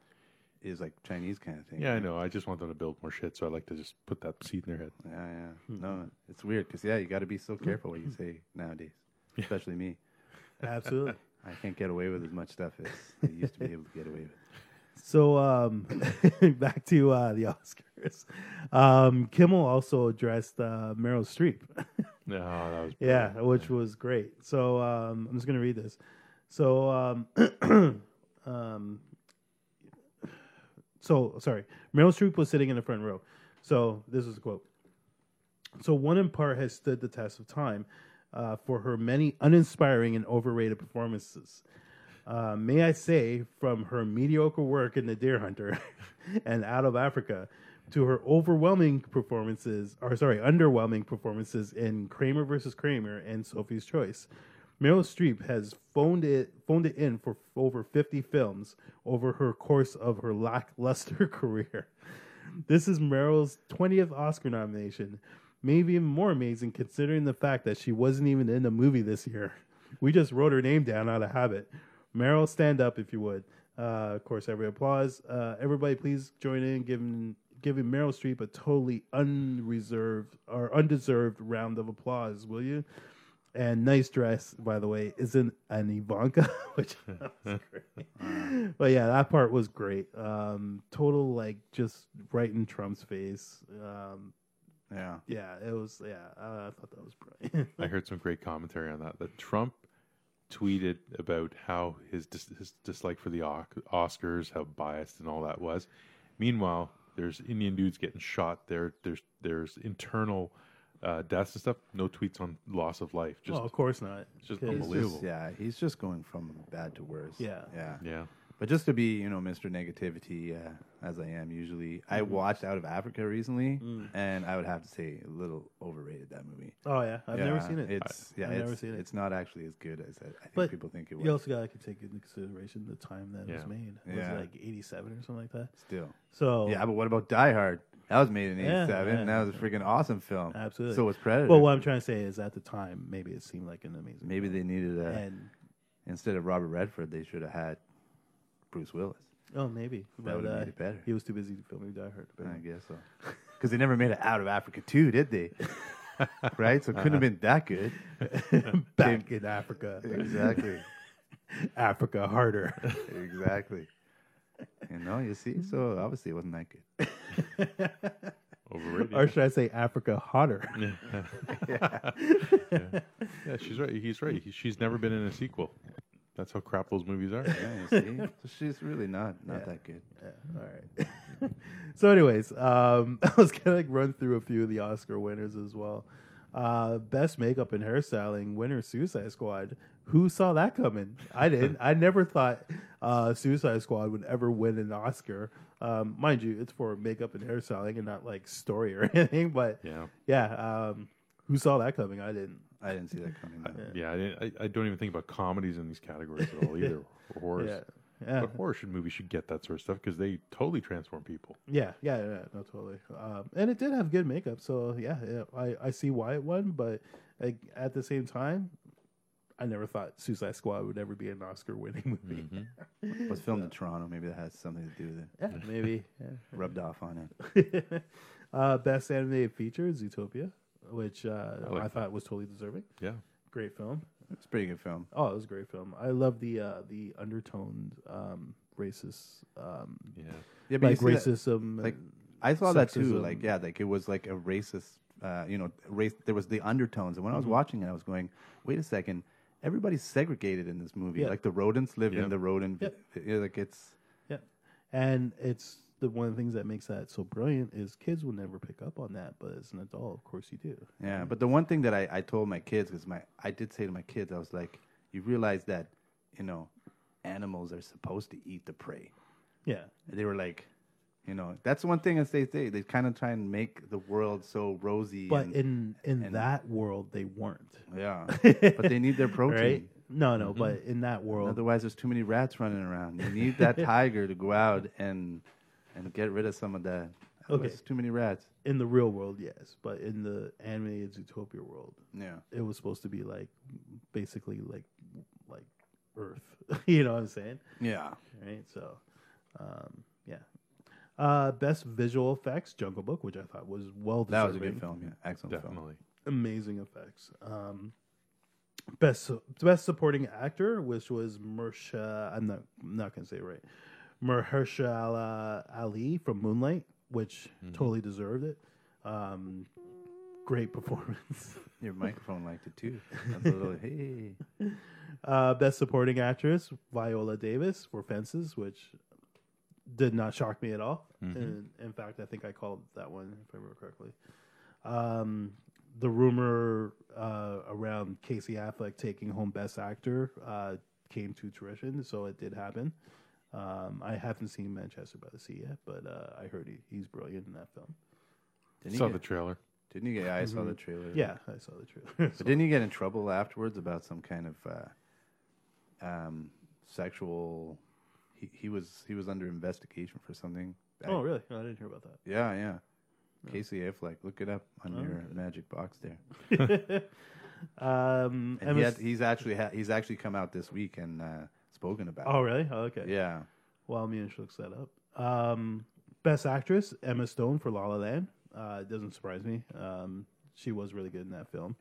[SPEAKER 2] is like Chinese kind of thing.
[SPEAKER 1] Yeah, I know. I just want them to build more shit, so I like to just put that seed in their head.
[SPEAKER 2] Yeah, yeah.
[SPEAKER 1] Hmm.
[SPEAKER 2] No, it's weird because, yeah, you got to be so careful what you say nowadays, especially me.
[SPEAKER 3] Absolutely.
[SPEAKER 2] I can't get away with as much stuff as I used to be able to get away with.
[SPEAKER 3] So um, back to uh, the Oscars. Um, Kimmel also addressed uh, Meryl Streep.
[SPEAKER 1] No, Oh, that was
[SPEAKER 3] Yeah,
[SPEAKER 1] brilliant.
[SPEAKER 3] which was great. So um, I'm just gonna read this. So um, um, so sorry, Meryl Streep was sitting in the front row. So this is a quote. So one in part has stood the test of time uh, for her many uninspiring and overrated performances. Uh, may I say, from her mediocre work in The Deer Hunter and Out of Africa to her overwhelming performances, or sorry, underwhelming performances in Kramer versus Kramer and Sophie's Choice. Meryl Streep has phoned it phoned it in for over 50 films over her course of her lackluster career. This is Meryl's 20th Oscar nomination. Maybe even more amazing considering the fact that she wasn't even in the movie this year. We just wrote her name down out of habit. Meryl, stand up if you would. Uh, of course, every applause. Uh, everybody, please join in giving giving Meryl Streep a totally unreserved or undeserved round of applause, will you? And nice dress, by the way, isn't an Ivanka, which was great. but yeah, that part was great. Um, total like just right in Trump's face. Um,
[SPEAKER 2] Yeah.
[SPEAKER 3] yeah, it was. Yeah, uh, I thought that was brilliant.
[SPEAKER 1] I heard some great commentary on that. That Trump tweeted about how his dis- his dislike for the Oc- Oscars, how biased and all that was. Meanwhile, there's Indian dudes getting shot. There, there's there's internal uh, deaths and stuff. No tweets on loss of life. Just
[SPEAKER 3] well, Oh, of course not.
[SPEAKER 1] just
[SPEAKER 2] He's
[SPEAKER 3] 'Cause-
[SPEAKER 2] just-
[SPEAKER 1] Unbelievable.
[SPEAKER 2] yeah, he's just going from bad to worse.
[SPEAKER 3] Yeah.
[SPEAKER 2] yeah.
[SPEAKER 1] yeah,
[SPEAKER 2] But just to be, you know, Mr. Negativity, uh, as I am usually, I
[SPEAKER 3] Mm-hmm.
[SPEAKER 2] watched Out of Africa recently,
[SPEAKER 3] Mm.
[SPEAKER 2] and I would have to say a little overrated that movie.
[SPEAKER 3] Oh yeah, I've never seen it.
[SPEAKER 2] It's yeah,
[SPEAKER 3] I've
[SPEAKER 2] it's,
[SPEAKER 3] never seen it.
[SPEAKER 2] It's not actually as good as I, I think
[SPEAKER 3] But
[SPEAKER 2] people think it was.
[SPEAKER 3] You also got to take into consideration the time that it
[SPEAKER 1] Yeah.
[SPEAKER 3] was made. It
[SPEAKER 2] Yeah.
[SPEAKER 3] was like 87 or something like that.
[SPEAKER 2] Still,
[SPEAKER 3] So,
[SPEAKER 2] yeah. But what about Die Hard? That was made in
[SPEAKER 3] Oh. Yeah,
[SPEAKER 2] '87, and
[SPEAKER 3] yeah.
[SPEAKER 2] that was a freaking awesome film.
[SPEAKER 3] Absolutely.
[SPEAKER 2] So was Predator.
[SPEAKER 3] well, what I'm trying to say is at the time, maybe it seemed like an amazing.
[SPEAKER 2] Maybe they needed a
[SPEAKER 3] And
[SPEAKER 2] Instead of Robert Redford, they should have had Bruce Willis.
[SPEAKER 3] Oh, maybe.
[SPEAKER 2] That
[SPEAKER 3] But
[SPEAKER 2] would've
[SPEAKER 3] uh,
[SPEAKER 2] made it better.
[SPEAKER 3] he was too busy filming Die Hard. But
[SPEAKER 2] I guess so. Because they never made it out of Africa too, did they? right, so it couldn't have been that good.
[SPEAKER 3] back in Africa,
[SPEAKER 2] Exactly.
[SPEAKER 3] Africa harder.
[SPEAKER 2] exactly. You know, you see, so obviously it wasn't that good.
[SPEAKER 1] Overrated.
[SPEAKER 3] or should I say Africa hotter?
[SPEAKER 1] yeah, she's right. He's right. He, she's never been in a sequel. That's how crap those movies are.
[SPEAKER 2] Yeah, you see, so she's really not not that good.
[SPEAKER 3] All right. so, anyways, um, I was gonna like run through a few of the Oscar winners as well. Uh, best makeup and hairstyling winner Suicide Squad. Who saw that coming? I didn't. I never thought uh, Suicide Squad would ever win an Oscar. Um, mind you, it's for makeup and hairstyling and not like story or anything. But
[SPEAKER 1] Yeah.
[SPEAKER 3] yeah, um, who saw that coming? I didn't.
[SPEAKER 2] I didn't see that coming. though.
[SPEAKER 1] Yeah, I, didn't, I, I don't even think about comedies in these categories at all either. or horrors.
[SPEAKER 3] Yeah, yeah.
[SPEAKER 1] But horror should, movies should get that sort of stuff because they totally transform people.
[SPEAKER 3] Yeah, yeah, yeah, no, totally. Um, and it did have good makeup, so yeah, yeah I, I see why it won, but like, at the same time, I never thought Suicide Squad would ever be an Oscar-winning movie.
[SPEAKER 2] Mm-hmm. was filmed in Toronto. Maybe that has something to do with it.
[SPEAKER 3] Yeah, maybe.
[SPEAKER 2] Rubbed off on it.
[SPEAKER 3] Yeah. uh, best animated feature is Zootopia, which uh, I,
[SPEAKER 1] like
[SPEAKER 3] thought was totally deserving.
[SPEAKER 1] Yeah.
[SPEAKER 3] Great film.
[SPEAKER 2] It's a pretty good film.
[SPEAKER 3] Oh, it was a great film. I love the uh, the undertoned um, racist, um,
[SPEAKER 1] Yeah.
[SPEAKER 2] Yeah,
[SPEAKER 3] like
[SPEAKER 2] you see that-
[SPEAKER 3] racism.
[SPEAKER 2] like
[SPEAKER 3] and-
[SPEAKER 2] I saw that too.
[SPEAKER 3] sexism.
[SPEAKER 2] Like yeah, like it was like a racist. Uh, you know, race. There was the undertones, and when I
[SPEAKER 3] Mm-hmm.
[SPEAKER 2] was watching it, I was going, "Wait a second, everybody's segregated in this movie.
[SPEAKER 3] Yeah.
[SPEAKER 2] Like the rodents live
[SPEAKER 1] Yeah.
[SPEAKER 2] in the rodent.
[SPEAKER 3] Yep.
[SPEAKER 2] yeah, Like it's
[SPEAKER 3] Yeah. And it's the one of the things that makes that so brilliant is kids will never pick up on that, but as an adult, of course you do.
[SPEAKER 2] yeah. But the one thing that I, I told my kids because my I did say to my kids, I was like, you realize that you know, animals are supposed to eat the prey.
[SPEAKER 3] Yeah.
[SPEAKER 2] they were like, you know, that's one thing as they say. They kind of try and make the world so rosy.
[SPEAKER 3] But
[SPEAKER 2] and,
[SPEAKER 3] in in
[SPEAKER 2] and-
[SPEAKER 3] that world they weren't.
[SPEAKER 2] yeah, but they need their protein. Mm-hmm.
[SPEAKER 3] Right? No, no, but in that world
[SPEAKER 2] Otherwise, there's too many rats running around. You need that tiger to go out and and get rid of some of that.
[SPEAKER 3] Okay.
[SPEAKER 2] Okay, there's too many rats.
[SPEAKER 3] in the real world, yes. But in the animated Zootopia world,
[SPEAKER 2] Yeah,
[SPEAKER 3] it was supposed to be like basically like like Earth. you know what I'm saying?
[SPEAKER 2] yeah.
[SPEAKER 3] Right? So um yeah. Uh, best visual effects, Jungle Book, which I thought was well
[SPEAKER 2] That
[SPEAKER 3] deserving.
[SPEAKER 2] was a good film. Yeah, excellent film.
[SPEAKER 1] Definitely.
[SPEAKER 3] amazing effects. Um, best best supporting actor, which was Mersha. I'm not I'm not gonna say it right. Mahershala Ali from Moonlight, which totally deserved it. Um, great performance.
[SPEAKER 2] Your microphone liked it too. That's a little hey.
[SPEAKER 3] Uh, best supporting actress, Viola Davis for Fences, which did not shock me at all. And in fact, I think I called that one, if I remember correctly. Um, the rumor uh, around Casey Affleck taking home Best Actor uh, came to fruition, so it did happen. Um, I haven't seen Manchester by the Sea yet, but uh, I heard he, he's brilliant in that film.
[SPEAKER 2] Didn't
[SPEAKER 1] Saw
[SPEAKER 2] you
[SPEAKER 1] the
[SPEAKER 2] get,
[SPEAKER 1] trailer.
[SPEAKER 2] didn't you get? I saw the trailer.
[SPEAKER 3] Mm-hmm. Yeah, I saw the trailer.
[SPEAKER 2] But didn't you get in trouble afterwards about some kind of uh, um, sexual? He, he was he was under investigation for something. I-
[SPEAKER 3] oh, really? No, I didn't hear about that.
[SPEAKER 2] yeah, yeah. Casey Affleck, look it up on
[SPEAKER 3] Oh,
[SPEAKER 2] your magic box there.
[SPEAKER 3] Um,
[SPEAKER 2] And
[SPEAKER 3] Emma
[SPEAKER 2] he
[SPEAKER 3] S-
[SPEAKER 2] had, he's actually ha- he's actually come out this week and uh, spoken about.
[SPEAKER 3] oh, really? Oh, okay.
[SPEAKER 2] it. yeah,
[SPEAKER 3] Well, Munich looks that up. Um, best actress Emma Stone for La La Land. Uh, it doesn't surprise me. Um, she was really good in that film.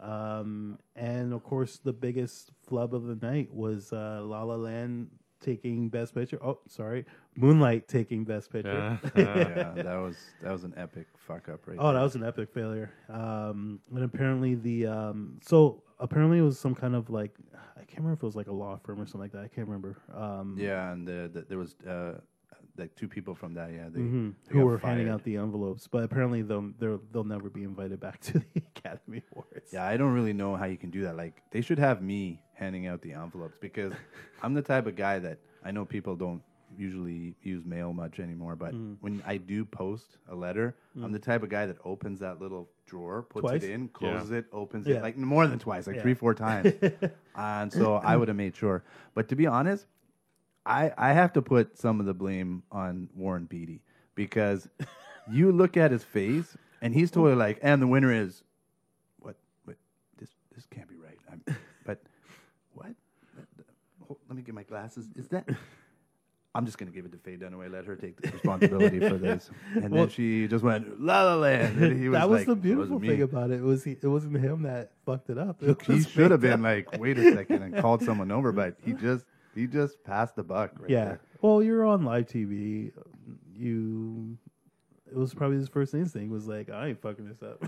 [SPEAKER 3] Um, and of course, the biggest flub of the night was uh, La La Land taking Best Picture. Oh, sorry, Moonlight taking Best Picture.
[SPEAKER 2] Oh, yeah. That was that was an epic fuck up, right?
[SPEAKER 3] Oh, that was an epic failure. Um, and apparently the um, so apparently it was some kind of like I can't remember if it was like a law firm or something like that. I can't remember. Um,
[SPEAKER 2] there. Yeah, and the, the, there was uh, like two people from that. Yeah, they, they
[SPEAKER 3] Mm-hmm. who
[SPEAKER 2] got
[SPEAKER 3] were handing
[SPEAKER 2] fired.
[SPEAKER 3] out the envelopes, but apparently they'll they're, they'll never be invited back to the Academy Awards.
[SPEAKER 2] Yeah, I don't really know how you can do that. Like, they should have me handing out the envelopes because I'm the type of guy that I know people don't usually use mail much anymore. But
[SPEAKER 3] Mm.
[SPEAKER 2] when I do post a letter, I'm the type of guy that opens that little drawer, puts
[SPEAKER 3] Twice?
[SPEAKER 2] it in, closes it, opens
[SPEAKER 3] Yeah.
[SPEAKER 2] it like more than twice, like
[SPEAKER 3] Yeah.
[SPEAKER 2] three, four times. and so I would have made sure. But to be honest, I, I have to put some of the blame on Warren Beatty because you look at his face and he's totally like, and the winner is, what? What? This this can't be right. I'm, but what? But let me get my glasses. Is that? I'm just gonna give it to Faye Dunaway. Let her take the responsibility for this. And
[SPEAKER 3] Well-
[SPEAKER 2] then she just went La La Land. And he was
[SPEAKER 3] that was
[SPEAKER 2] like,
[SPEAKER 3] the
[SPEAKER 2] "It
[SPEAKER 3] beautiful
[SPEAKER 2] wasn't me."
[SPEAKER 3] thing about it. It was he, it wasn't him that fucked it up. It
[SPEAKER 2] He
[SPEAKER 3] was
[SPEAKER 2] should have
[SPEAKER 3] me.
[SPEAKER 2] been like, wait a second, and called someone over, but he just he just passed the buck. Right
[SPEAKER 3] yeah.
[SPEAKER 2] there.
[SPEAKER 3] Well, you're on live TV. You, it was probably his first instinct was like, I ain't fucking this up.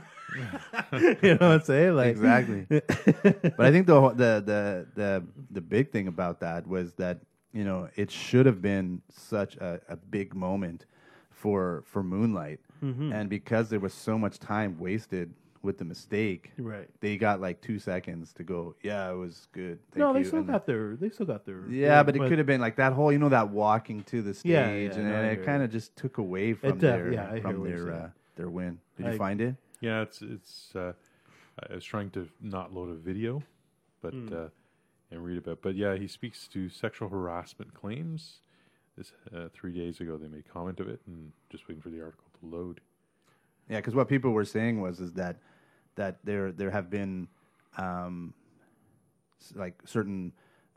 [SPEAKER 3] you know what I'm saying? Like
[SPEAKER 2] Exactly. But I think the whole- the the the the big thing about that was that you know it should have been such a, a big moment for for Moonlight,
[SPEAKER 3] Mm-hmm.
[SPEAKER 2] and because there was so much time wasted with the mistake,
[SPEAKER 3] right.
[SPEAKER 2] they got like two seconds to go. Yeah, it was good. Thank
[SPEAKER 3] no,
[SPEAKER 2] you,"
[SPEAKER 3] they still
[SPEAKER 2] and-
[SPEAKER 3] got their. They still got their.
[SPEAKER 2] Yeah, but it could have been like that whole, you know, that walking to the stage,
[SPEAKER 3] Yeah, yeah,
[SPEAKER 2] and
[SPEAKER 3] no, I hear
[SPEAKER 2] it kind of just took away from
[SPEAKER 3] def-
[SPEAKER 2] their
[SPEAKER 3] yeah, I hear
[SPEAKER 2] from
[SPEAKER 3] what you're
[SPEAKER 2] their
[SPEAKER 3] saying.
[SPEAKER 2] uh, their win. Did
[SPEAKER 3] I-
[SPEAKER 2] you find it?
[SPEAKER 1] Yeah, it's it's. Uh, I was trying to not load a video, but uh, and read about. But yeah, he speaks to sexual harassment claims. This uh, three days ago, they made comment of it, and just waiting for the article to load.
[SPEAKER 2] Yeah, because what people were saying was is that that there there have been um, s- like certain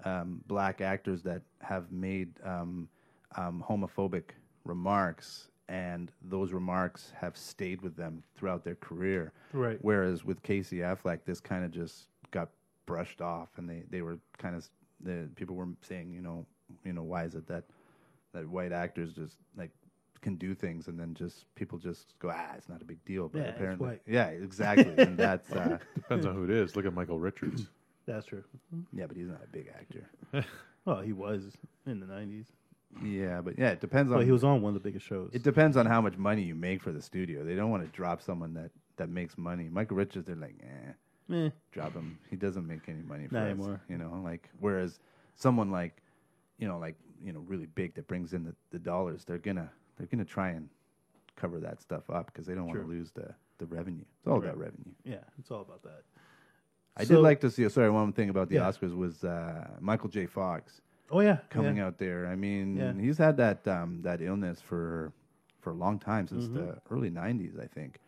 [SPEAKER 2] um, black actors that have made um, um, homophobic remarks, and those remarks have stayed with them throughout their career.
[SPEAKER 3] Right.
[SPEAKER 2] Whereas with Casey Affleck, this kind of just got brushed off, and they, they were kind of the people were saying, you know, you know, why is it that that white actors just like can do things, and then just people just go, ah, it's not a big deal. But
[SPEAKER 3] Yeah, it's
[SPEAKER 2] apparently,
[SPEAKER 3] white.
[SPEAKER 2] yeah, exactly, and that's uh,
[SPEAKER 1] Depends on who it is. Look at Michael Richards.
[SPEAKER 3] That's true.
[SPEAKER 2] yeah, but he's not a big actor.
[SPEAKER 3] Well, he was in the '90s.
[SPEAKER 2] Yeah, but yeah, it depends on
[SPEAKER 3] But he was on one of the biggest shows.
[SPEAKER 2] It depends on how much money you make for the studio. They don't want to drop someone that that makes money. Michael Richards, they're like, eh,
[SPEAKER 3] Eh,
[SPEAKER 2] drop him. He doesn't make any money for
[SPEAKER 3] Not
[SPEAKER 2] us,
[SPEAKER 3] anymore.
[SPEAKER 2] You know, like whereas someone like, you know, like you know, really big that brings in the, the dollars, they're gonna they're gonna try and cover that stuff up because they don't want
[SPEAKER 3] True.
[SPEAKER 2] to lose the the revenue. It's all about revenue.
[SPEAKER 3] yeah, it's all about that.
[SPEAKER 2] I
[SPEAKER 3] So-
[SPEAKER 2] did like to see. Sorry, one thing about the
[SPEAKER 3] Yeah.
[SPEAKER 2] Oscars was uh, Michael J. Fox
[SPEAKER 3] Oh yeah,
[SPEAKER 2] coming
[SPEAKER 3] yeah.
[SPEAKER 2] out there. I mean,
[SPEAKER 3] Yeah.
[SPEAKER 2] he's had that um, that illness for for a long time since
[SPEAKER 3] Mm-hmm.
[SPEAKER 2] the early '90s, I think.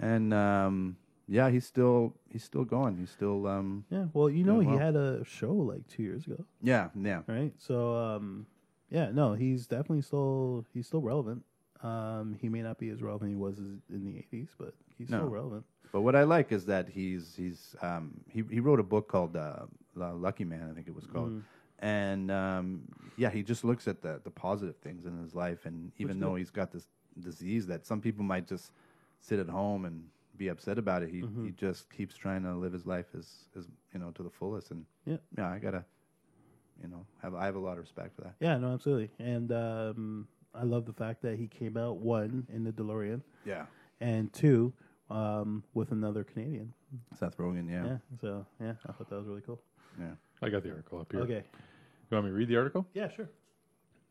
[SPEAKER 2] And um, yeah, he's still he's still going. He's still um,
[SPEAKER 3] Yeah, well, you know,
[SPEAKER 2] Doing
[SPEAKER 3] he
[SPEAKER 2] well.
[SPEAKER 3] had a show like two years ago,
[SPEAKER 2] yeah yeah.
[SPEAKER 3] right? So, um, yeah, no, he's definitely still he's still relevant. Um, he may not be as relevant he was as- in the '80s, but he's still
[SPEAKER 2] No.
[SPEAKER 3] relevant.
[SPEAKER 2] But what I like is that he's he's um, he he wrote a book called uh, L- Lucky Man, I think it was called.
[SPEAKER 3] Mm-hmm.
[SPEAKER 2] And um, yeah, he just looks at the the positive things in his life, and even though he's got this disease that some people might just sit at home and be upset about it, he
[SPEAKER 3] Mm-hmm.
[SPEAKER 2] he just keeps trying to live his life as as you know to the fullest. And
[SPEAKER 3] Yeah.
[SPEAKER 2] yeah, I gotta you know have I have a lot of respect for that.
[SPEAKER 3] Yeah, no, absolutely. And um, I love the fact that he came out one in the DeLorean
[SPEAKER 2] Yeah,
[SPEAKER 3] and two um, with another Canadian.
[SPEAKER 2] Seth Rogen.
[SPEAKER 3] Yeah.
[SPEAKER 2] Yeah,
[SPEAKER 3] so yeah, I thought that was really cool.
[SPEAKER 2] yeah.
[SPEAKER 1] I got the article up here.
[SPEAKER 3] Okay,
[SPEAKER 1] You want me to read the article?
[SPEAKER 3] yeah, sure.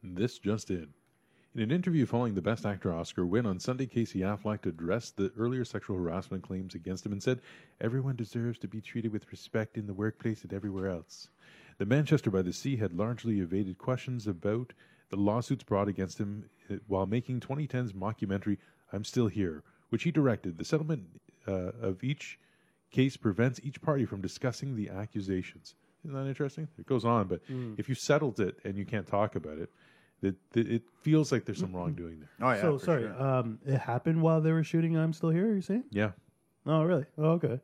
[SPEAKER 1] This just in. In an interview following the Best Actor Oscar win on Sunday, Casey Affleck addressed the earlier sexual harassment claims against him and said, Everyone deserves to be treated with respect in the workplace and everywhere else. The Manchester by the Sea had largely evaded questions about the lawsuits brought against him uh, while making 2010's mockumentary I'm Still Here, which he directed. The settlement uh, of each case prevents each party from discussing the accusations. Isn't that interesting? It goes on, but
[SPEAKER 3] Mm.
[SPEAKER 1] if you settled it and you can't talk about it, that that it feels like there's some
[SPEAKER 3] Mm-hmm.
[SPEAKER 1] wrongdoing there.
[SPEAKER 2] Oh yeah.
[SPEAKER 3] so
[SPEAKER 2] for
[SPEAKER 3] sorry,
[SPEAKER 2] sure.
[SPEAKER 3] um, it happened while they were shooting. I'm still here. You're saying?
[SPEAKER 1] Yeah.
[SPEAKER 3] Oh, really? Oh, okay.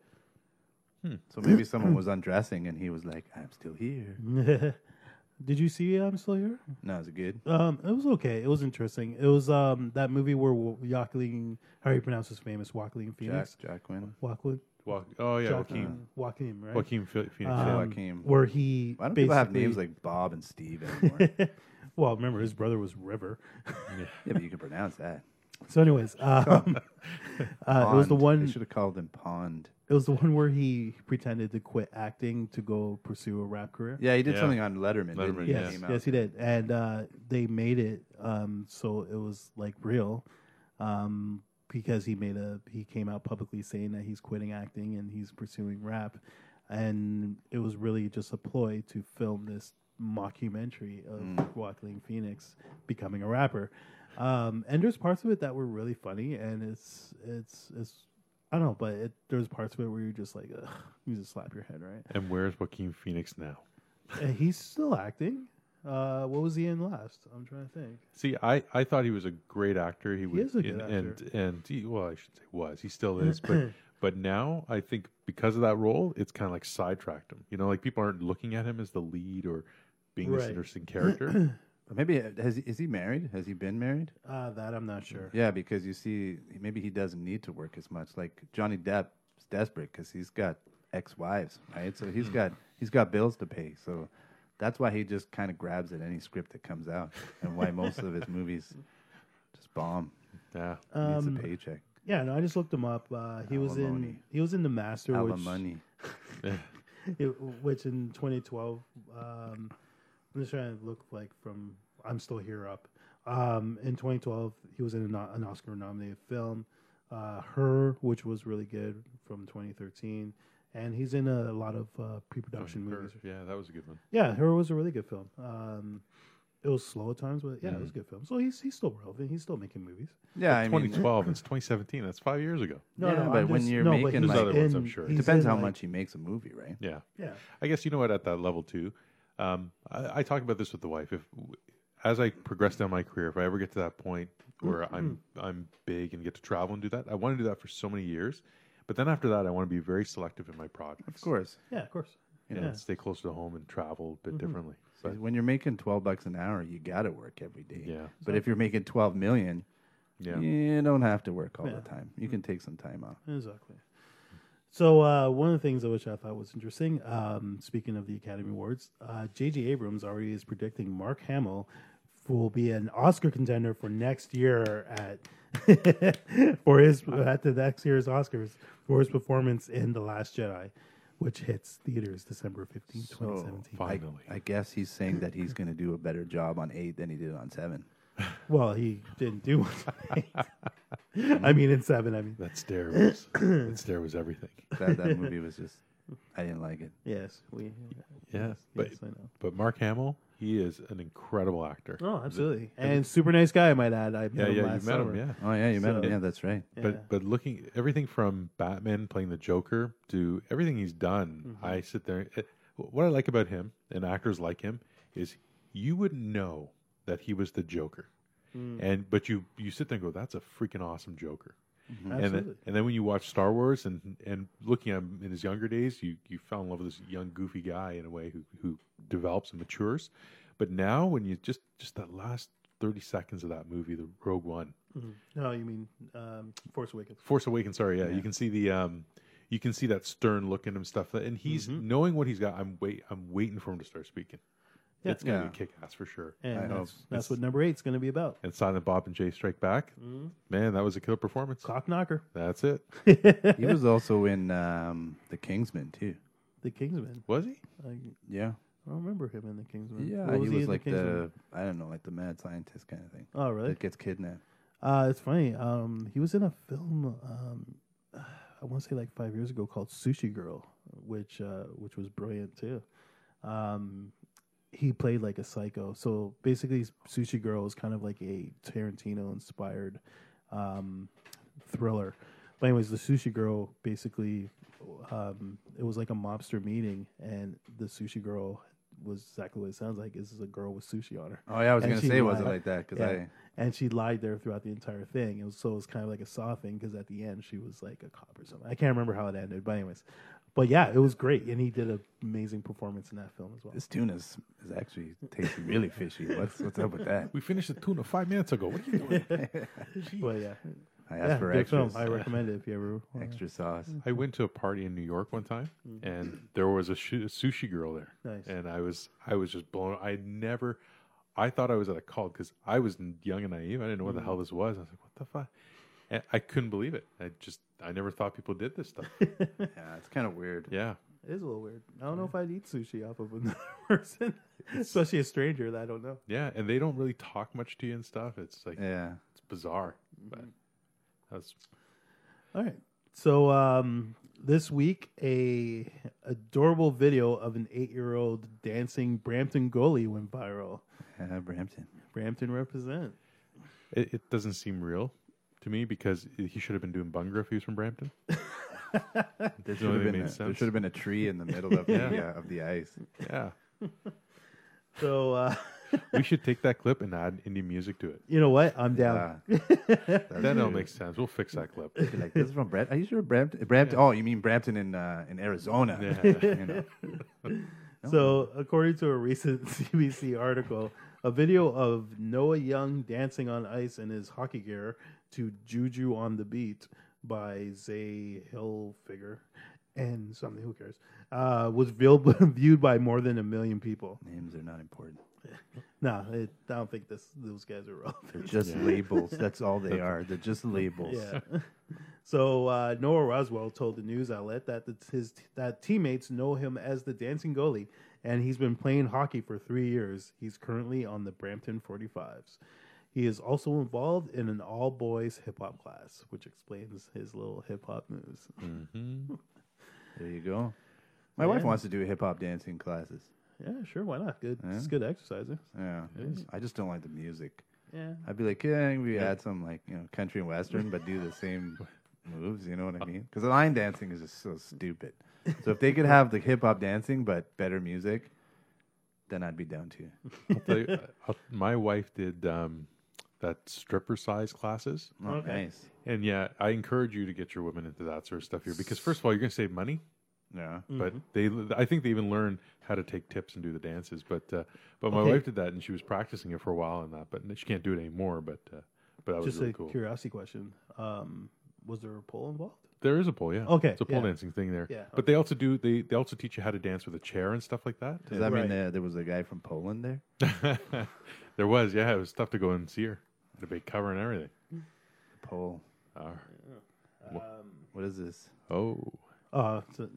[SPEAKER 2] So maybe someone was undressing and he was like, "I'm still here."
[SPEAKER 3] Mm-hmm. Did you see I'm Still Here?
[SPEAKER 2] No, is it good?
[SPEAKER 3] Um, it was okay. It was interesting. It was um that movie where Wa- Joaquin, how do you pronounce his famous Joaquin
[SPEAKER 2] Jack,
[SPEAKER 3] Phoenix?
[SPEAKER 2] Jack Quinn.
[SPEAKER 3] Joaquin.
[SPEAKER 1] Wa- oh yeah, Joaquin.
[SPEAKER 3] Joaquin. Joaquin, right?
[SPEAKER 1] Joaquin Phe- Phoenix.
[SPEAKER 3] Um,
[SPEAKER 1] yeah.
[SPEAKER 2] Joaquin.
[SPEAKER 3] Where he.
[SPEAKER 2] Why don't people have
[SPEAKER 3] basically-
[SPEAKER 2] names like Bob and Steve anymore? yeah,
[SPEAKER 3] well, remember his brother was River.
[SPEAKER 2] but you can pronounce that.
[SPEAKER 3] so, anyways, um, uh, it was the one.
[SPEAKER 2] They should have called him Pond.
[SPEAKER 3] It was the one where he pretended to quit acting to go pursue a rap career.
[SPEAKER 2] Yeah, he did
[SPEAKER 1] Yeah.
[SPEAKER 2] something on Letterman.
[SPEAKER 1] Letterman,
[SPEAKER 2] didn't he?
[SPEAKER 1] yeah.
[SPEAKER 3] Yes,
[SPEAKER 2] Came out.
[SPEAKER 3] yes, he did, and uh, they made it um, so it was like real, um, because he made a he came out publicly saying that he's quitting acting and he's pursuing rap, and it was really just a ploy to film this mockumentary of
[SPEAKER 2] Mm.
[SPEAKER 3] Joaquin Phoenix becoming a rapper, um, and there's parts of it that were really funny, and it's it's it's I don't know, but it, there's parts of it where you're just like, Ugh, you just slap your head, right?
[SPEAKER 1] And where's Joaquin Phoenix now?
[SPEAKER 3] Uh, He's still acting. Uh, what was he in last? I'm trying to think.
[SPEAKER 1] See, I, I thought he was a great actor. He, was
[SPEAKER 3] is a good
[SPEAKER 1] and,
[SPEAKER 3] actor.
[SPEAKER 1] and and he, well, I should say was. He still is, but but now I think because of that role, it's kind of like sidetracked him. You know, like people aren't looking at him as the lead or being this
[SPEAKER 3] Right.
[SPEAKER 1] interesting character.
[SPEAKER 2] But maybe uh, has he, is he married? Has he been married?
[SPEAKER 3] Uh, that I'm not sure.
[SPEAKER 2] Yeah, because you see, maybe he doesn't need to work as much. Like Johnny Depp's desperate because he's got ex-wives, right? So
[SPEAKER 1] Hmm.
[SPEAKER 2] he's got he's got bills to pay. So that's why he just kind of grabs at any script that comes out, and why most of his movies just bomb.
[SPEAKER 1] yeah,
[SPEAKER 2] He needs
[SPEAKER 3] Um,
[SPEAKER 2] a paycheck.
[SPEAKER 3] Yeah, no, I just looked him up. Uh, he was in
[SPEAKER 2] Alimony.
[SPEAKER 3] he was in The Master, which
[SPEAKER 2] Alimony.
[SPEAKER 3] it- which in 2012. Um, I'm just trying to look like from I'm still here up. Um, in 2012, he was in an, an Oscar nominated film, uh, Her, which was really good from 2013, and he's in a, lot of uh, pre-production
[SPEAKER 1] Her-
[SPEAKER 3] movies.
[SPEAKER 1] yeah, that was a good one.
[SPEAKER 3] Yeah, Her was a really good film. Um, it was slow at times, but yeah, it was
[SPEAKER 2] Mm-hmm.
[SPEAKER 3] a good film. So he's he's still relevant. He's still making movies.
[SPEAKER 2] Yeah, I mean,
[SPEAKER 1] 2012. it's 2017. That's five years ago.
[SPEAKER 3] No,
[SPEAKER 2] Yeah,
[SPEAKER 3] no,
[SPEAKER 2] but
[SPEAKER 3] I'm
[SPEAKER 2] when
[SPEAKER 3] just-
[SPEAKER 2] you're
[SPEAKER 3] no, but
[SPEAKER 2] making,
[SPEAKER 3] he's
[SPEAKER 1] like- There's other ones, I'm
[SPEAKER 3] in-
[SPEAKER 1] sure.
[SPEAKER 3] he's
[SPEAKER 2] depends
[SPEAKER 3] in,
[SPEAKER 2] how
[SPEAKER 3] like-
[SPEAKER 2] much he makes a movie, right?
[SPEAKER 1] Yeah,
[SPEAKER 3] Yeah,
[SPEAKER 1] I guess you know what at that level too. Um, I, I talk about this with the wife. If as I progress down my career, if I ever get to that point where I'm I'm big and get to travel and do that, I want to do that for so many years. But then after that, I want to be very selective in my projects.
[SPEAKER 2] Of course.
[SPEAKER 3] yeah, of course.
[SPEAKER 1] and
[SPEAKER 3] yeah.
[SPEAKER 1] stay closer to home and travel a bit differently.
[SPEAKER 2] So
[SPEAKER 1] But
[SPEAKER 2] when you're making 12 bucks an hour, you got to work every day.
[SPEAKER 1] Yeah.
[SPEAKER 2] But if you're making 12 million,
[SPEAKER 1] yeah,
[SPEAKER 2] you don't have to work all
[SPEAKER 3] Yeah.
[SPEAKER 2] the time. You can take some time off.
[SPEAKER 3] Exactly. So uh, one of the things that which I thought was interesting, um, speaking of the Academy Awards, uh, J.J. Abrams already is predicting Mark Hamill will be an Oscar contender for next year at for his at the next year's Oscars for his performance in The Last Jedi, which hits theaters December fifteenth, twenty seventeen.
[SPEAKER 2] I,
[SPEAKER 1] finally,
[SPEAKER 2] I guess he's saying that he's going to do a better job on eight than he did on seven.
[SPEAKER 3] Well, he didn't do one. I
[SPEAKER 1] Mm.
[SPEAKER 3] mean, in seven. I mean,
[SPEAKER 1] that stare was that stare was everything.
[SPEAKER 2] That, that movie was just, I didn't like it.
[SPEAKER 3] yes, we.
[SPEAKER 1] Yeah, but
[SPEAKER 3] yes, I know.
[SPEAKER 1] but Mark Hamill, he is an incredible actor.
[SPEAKER 3] Oh, absolutely. And super nice guy, I might add. I met
[SPEAKER 1] yeah,
[SPEAKER 3] him
[SPEAKER 1] yeah, you met
[SPEAKER 3] last summer.
[SPEAKER 1] him, yeah.
[SPEAKER 2] Oh, yeah, you met
[SPEAKER 3] So-
[SPEAKER 2] him. Yeah, that's right.
[SPEAKER 3] Yeah.
[SPEAKER 1] But but looking everything from Batman playing the Joker to everything he's done,
[SPEAKER 3] Mm-hmm.
[SPEAKER 1] I sit there. eh, What I like about him and actors like him is you wouldn't know that he was the Joker,
[SPEAKER 3] Mm.
[SPEAKER 1] and but you you sit there and go, that's a freaking awesome Joker. And
[SPEAKER 3] Absolutely.
[SPEAKER 1] then, and then when you watch Star Wars and and looking at him in his younger days, you you fell in love with this young goofy guy in a way who who develops and matures. But now when you just just that last thirty seconds of that movie, the Rogue One,
[SPEAKER 3] No, you mean um, Force Awakens.
[SPEAKER 1] Force Awakens. Sorry, yeah, you can see the um, you can see that stern look in him stuff, and he's
[SPEAKER 3] Mm-hmm.
[SPEAKER 1] knowing what he's got. I'm wait, I'm waiting for him to start speaking.
[SPEAKER 3] Yeah.
[SPEAKER 1] It's gonna
[SPEAKER 2] Yeah.
[SPEAKER 1] be kick ass for sure.
[SPEAKER 3] And
[SPEAKER 2] I know.
[SPEAKER 3] that's, that's what Mm-hmm. number eight's going to be about.
[SPEAKER 1] And Silent Bob and Jay Strike Back, man, that was a killer performance.
[SPEAKER 3] Clock knocker.
[SPEAKER 1] That's it.
[SPEAKER 2] He was also in um, The Kingsman, too.
[SPEAKER 3] The Kingsman.
[SPEAKER 1] Was he?
[SPEAKER 3] I, I
[SPEAKER 2] Yeah.
[SPEAKER 3] don't remember him in The Kingsman.
[SPEAKER 2] Yeah.
[SPEAKER 3] What
[SPEAKER 2] he was
[SPEAKER 3] in
[SPEAKER 2] like
[SPEAKER 3] Kingsman?
[SPEAKER 2] the, I don't know, like the mad scientist kind of thing
[SPEAKER 3] Oh, really?
[SPEAKER 2] that gets kidnapped.
[SPEAKER 3] Uh, it's funny. Um, he was in a film. Um, I want to say like five years ago called Sushi Girl, which uh, which was brilliant too. Um, he played like a psycho. So basically, Sushi Girl is kind of like a Tarantino inspired um, thriller. But anyways, the Sushi Girl basically um, it was like a mobster meeting, and the Sushi Girl was exactly what it sounds like. This is a girl with sushi on her.
[SPEAKER 2] Oh, yeah, I was
[SPEAKER 3] And
[SPEAKER 2] going to
[SPEAKER 3] she
[SPEAKER 2] say, was it
[SPEAKER 3] lied.
[SPEAKER 2] like that? Because
[SPEAKER 3] Yeah.
[SPEAKER 2] I,
[SPEAKER 3] and she lied there throughout the entire thing. It was so it was kind of like a saw thing because at the end she was like a cop or something. I can't remember how it ended, but anyways, but yeah, it was great, and he did an amazing performance in that film as well.
[SPEAKER 2] this tuna is, is actually tasting really fishy. What's what's up with that?
[SPEAKER 1] We finished the tuna five minutes ago. What are you doing?
[SPEAKER 3] But yeah,
[SPEAKER 2] I
[SPEAKER 3] yeah,
[SPEAKER 2] asked for
[SPEAKER 3] good
[SPEAKER 2] extras,
[SPEAKER 3] film. I recommend it if you ever. want
[SPEAKER 2] extra sauce.
[SPEAKER 1] I went to a party in New York one time, and there was a, shu- a sushi girl there,
[SPEAKER 3] Nice.
[SPEAKER 1] and I was I was just blown. I had never, I thought I was at a cult because I was n- young and naive. I didn't know what the hell this was. I was like, what the fuck? And I couldn't believe it. I just I never thought people did this stuff.
[SPEAKER 2] Yeah, it's kind of weird.
[SPEAKER 1] yeah,
[SPEAKER 3] It is a little weird. I don't know if I'd eat sushi off of another person, especially a stranger that I don't know.
[SPEAKER 1] yeah, and they don't really talk much to you and stuff. It's like
[SPEAKER 2] Yeah.
[SPEAKER 1] it's bizarre. But that's
[SPEAKER 3] All right. So um, this week, a adorable video of an eight-year-old dancing Brampton goalie went viral.
[SPEAKER 2] Yeah, Brampton.
[SPEAKER 3] Brampton represent.
[SPEAKER 1] it, it doesn't seem real to me because he should have been doing bunga if he was from Brampton.
[SPEAKER 2] There
[SPEAKER 1] should have been
[SPEAKER 2] been,
[SPEAKER 1] a-
[SPEAKER 2] a, there should have been a tree in the middle of the uh, of the ice.
[SPEAKER 1] Yeah,
[SPEAKER 3] So uh,
[SPEAKER 1] we should take that clip and add indie music to it.
[SPEAKER 3] you know what? I'm down.
[SPEAKER 1] Then it'll make sense. We'll fix that clip.
[SPEAKER 2] Uh, Be like this is from Brampton. Are you sure Brampton? Brampton? Oh, you mean Brampton in uh, in Arizona?
[SPEAKER 1] Yeah.
[SPEAKER 2] You know.
[SPEAKER 3] So, according to a recent CBC article, a video of Noah Young dancing on ice in his hockey gear to Juju on the Beat by Zay Hillfiger and something, who cares, uh, was viewed, viewed by more than a million people.
[SPEAKER 2] Names are not important.
[SPEAKER 3] No, it, I don't think this, those guys are relevant.
[SPEAKER 2] They're just labels. That's all they are. They're just labels.
[SPEAKER 3] Yeah. so uh, Noah Roswell told the news outlet that the, his that teammates know him as the dancing goalie, and he's been playing hockey for three years. He's currently on the Brampton 45s. He is also involved in an all boys hip hop class, which explains his little hip hop moves. Mm-hmm.
[SPEAKER 1] Mhm.
[SPEAKER 2] There you go. My wife
[SPEAKER 3] Yeah.
[SPEAKER 2] wants to do hip hop dancing classes.
[SPEAKER 3] Yeah, sure, why not? Good,
[SPEAKER 2] Yeah.
[SPEAKER 3] it's good exercising.
[SPEAKER 2] Yeah.
[SPEAKER 1] is.
[SPEAKER 2] I just don't like the music.
[SPEAKER 3] Yeah,
[SPEAKER 2] I'd be like, yeah, we add some like you know country and western, but do the same moves. You know what I mean? Because line dancing is just so stupid. So if they could have the hip hop dancing but better music, then I'd be down too.
[SPEAKER 1] I'll tell you, I'll- my wife did um, that stripper size classes.
[SPEAKER 2] Oh,
[SPEAKER 3] Okay.
[SPEAKER 2] Nice.
[SPEAKER 1] And yeah, I encourage you to get your women into that sort of stuff here because, first of all, you're going to save money.
[SPEAKER 2] Yeah.
[SPEAKER 1] But they,
[SPEAKER 3] Mm-hmm.
[SPEAKER 1] I think they even learn how to take tips and do the dances. But uh, but my
[SPEAKER 3] Okay.
[SPEAKER 1] wife did that and she was practicing it for a while and that. But she can't do it anymore. But uh, but that was
[SPEAKER 3] just
[SPEAKER 1] really
[SPEAKER 3] a
[SPEAKER 1] cool.
[SPEAKER 3] curiosity question. Um, was there a poll involved?
[SPEAKER 1] There is a pole, yeah.
[SPEAKER 3] Okay,
[SPEAKER 1] it's a pole
[SPEAKER 3] yeah.
[SPEAKER 1] dancing thing there.
[SPEAKER 3] Yeah,
[SPEAKER 1] but they also do they they also teach you how to dance with a chair and stuff like that.
[SPEAKER 2] Does that
[SPEAKER 3] Right.
[SPEAKER 2] mean there, there was a guy from Poland there?
[SPEAKER 1] there was, yeah, it was tough to go and see her. Had a big cover and everything.
[SPEAKER 2] Pole.
[SPEAKER 1] Ah,
[SPEAKER 2] What is this?
[SPEAKER 1] oh,
[SPEAKER 3] Uh, so,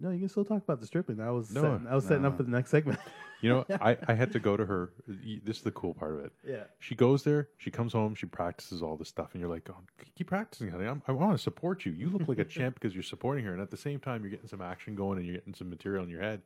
[SPEAKER 3] no, you can still talk about the stripping. I was
[SPEAKER 1] No,
[SPEAKER 3] setting, I was setting up for the next segment.
[SPEAKER 1] you know, I I had to go to her. y- This is the cool part of it.
[SPEAKER 3] yeah.
[SPEAKER 1] She goes there, she comes home, she practices all this stuff, and you're like, oh, keep practicing, honey. I'm, I want to support you. You look like a champ because you're supporting her, and at the same time, you're getting some action going and you're getting some material in your head.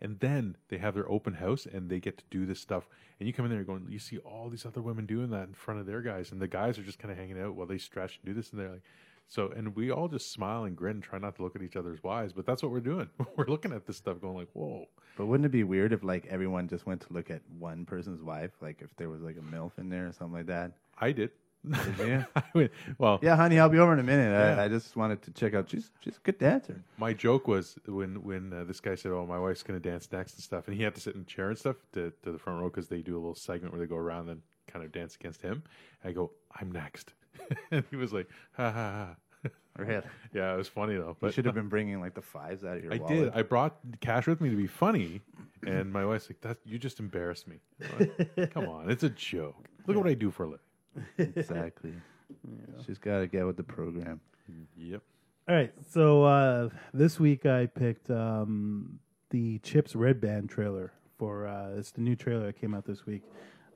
[SPEAKER 1] And then they have their open house and they get to do this stuff. And you come in there and going, you see all these other women doing that in front of their guys, and the guys are just kind of hanging out while they stretch and do this, and they're like, so, and we all just smile and grin, try not to look at each other's wives, but that's what we're doing. we're looking at this stuff, going like, whoa.
[SPEAKER 2] But wouldn't it be weird if like everyone just went to look at one person's wife? Like if there was like a milf in there or something like that.
[SPEAKER 1] I did.
[SPEAKER 2] you?
[SPEAKER 1] I mean, well,
[SPEAKER 2] Yeah, honey, I'll be over in a minute.
[SPEAKER 1] Yeah.
[SPEAKER 2] I, I just wanted to check out. She's she's a good dancer.
[SPEAKER 1] My joke was when when uh, this guy said, "Oh, my wife's going to dance next and stuff," and he had to sit in a chair and stuff to, to the front row because they do a little segment where they go around and kind of dance against him. And I go, "I'm next," and he was like, "Ha ha ha."
[SPEAKER 2] Right.
[SPEAKER 1] yeah, it was funny though.
[SPEAKER 2] You
[SPEAKER 1] But
[SPEAKER 2] should have been bringing like the fives out of your
[SPEAKER 1] I
[SPEAKER 2] wallet.
[SPEAKER 1] did. I brought cash with me to be funny, and my wife's like, "That you just embarrassed me." I'm like, Come on, it's a joke. Look at what I do for a living.
[SPEAKER 2] Exactly. She's got to get with the program.
[SPEAKER 1] Yep.
[SPEAKER 3] All right. So uh, this week I picked um, the Chips Red Band trailer for uh, it's the new trailer that came out this week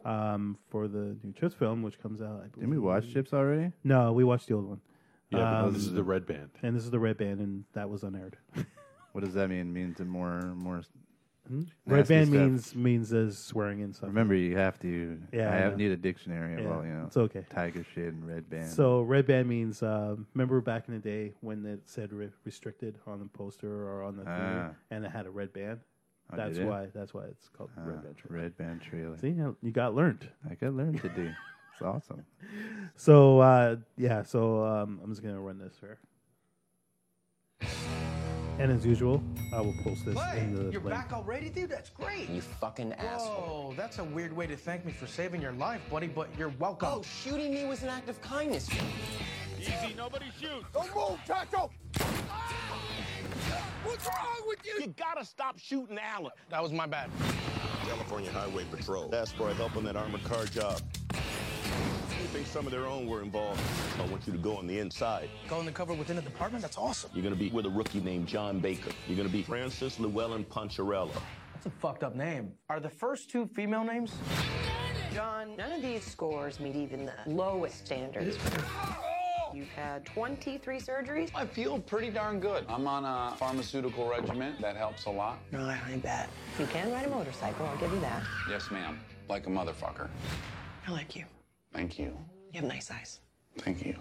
[SPEAKER 3] um, for the new Chips film, which comes out. I
[SPEAKER 2] Didn't we
[SPEAKER 3] believe-
[SPEAKER 2] watch Chips already?
[SPEAKER 3] No, we watched the old one,
[SPEAKER 1] Yeah, but
[SPEAKER 3] Um,
[SPEAKER 1] this is the red band.
[SPEAKER 3] and this is the Red Band, and that was unaired.
[SPEAKER 2] What does that mean? means it more more.
[SPEAKER 3] Red
[SPEAKER 2] Hmm? Nasty
[SPEAKER 3] Band
[SPEAKER 2] stuff.
[SPEAKER 3] means means there's swearing and stuff.
[SPEAKER 2] Remember, you have to.
[SPEAKER 3] Yeah,
[SPEAKER 2] I
[SPEAKER 3] I
[SPEAKER 2] have,
[SPEAKER 3] know.
[SPEAKER 2] need a dictionary.
[SPEAKER 3] Yeah,
[SPEAKER 2] Well, you know,
[SPEAKER 3] it's okay.
[SPEAKER 2] Tiger shit and red band.
[SPEAKER 3] So red band means uh, remember back in the day when it said re- restricted on the poster or on the thing,
[SPEAKER 2] Ah.
[SPEAKER 3] and it had a red band.
[SPEAKER 2] Oh,
[SPEAKER 3] that's
[SPEAKER 2] did it?
[SPEAKER 3] why. That's why it's called
[SPEAKER 2] Ah,
[SPEAKER 3] red band. Trailer.
[SPEAKER 2] red band trailer.
[SPEAKER 3] See, you you got learned.
[SPEAKER 2] I could learn to do. It's awesome.
[SPEAKER 3] So uh, yeah, so um, I'm just gonna run this here. And as usual, I will post this
[SPEAKER 4] Hey,
[SPEAKER 3] in the
[SPEAKER 4] you're
[SPEAKER 3] link.
[SPEAKER 4] back already, dude? That's great.
[SPEAKER 5] You fucking asshole.
[SPEAKER 4] Whoa, that's a weird way to thank me for saving your life, buddy, but you're welcome.
[SPEAKER 5] Oh, shooting me was an act of kindness.
[SPEAKER 6] Easy, nobody shoot.
[SPEAKER 7] Don't move, Taco! What's wrong with you?
[SPEAKER 6] You gotta stop shooting Allen.
[SPEAKER 4] that was my bad.
[SPEAKER 8] California Highway Patrol asked for help on that armored car job. We think some of their own were involved. I want you to go on the inside.
[SPEAKER 4] Going to cover within a department? That's awesome.
[SPEAKER 8] You're going to be with a rookie named John Baker. You're going to be Francis Llewellyn Poncherello.
[SPEAKER 4] That's a fucked up name. Are the first two female names?
[SPEAKER 9] John, none of these scores meet even the lowest standards. You've had 23 surgeries.
[SPEAKER 10] I feel pretty darn good. I'm on a pharmaceutical regimen. That helps a lot.
[SPEAKER 9] No, I don't need that. You can ride a motorcycle, I'll give you that.
[SPEAKER 10] Yes, ma'am. Like a motherfucker.
[SPEAKER 9] I like you.
[SPEAKER 10] Thank you.
[SPEAKER 9] You have nice eyes.
[SPEAKER 10] Thank you.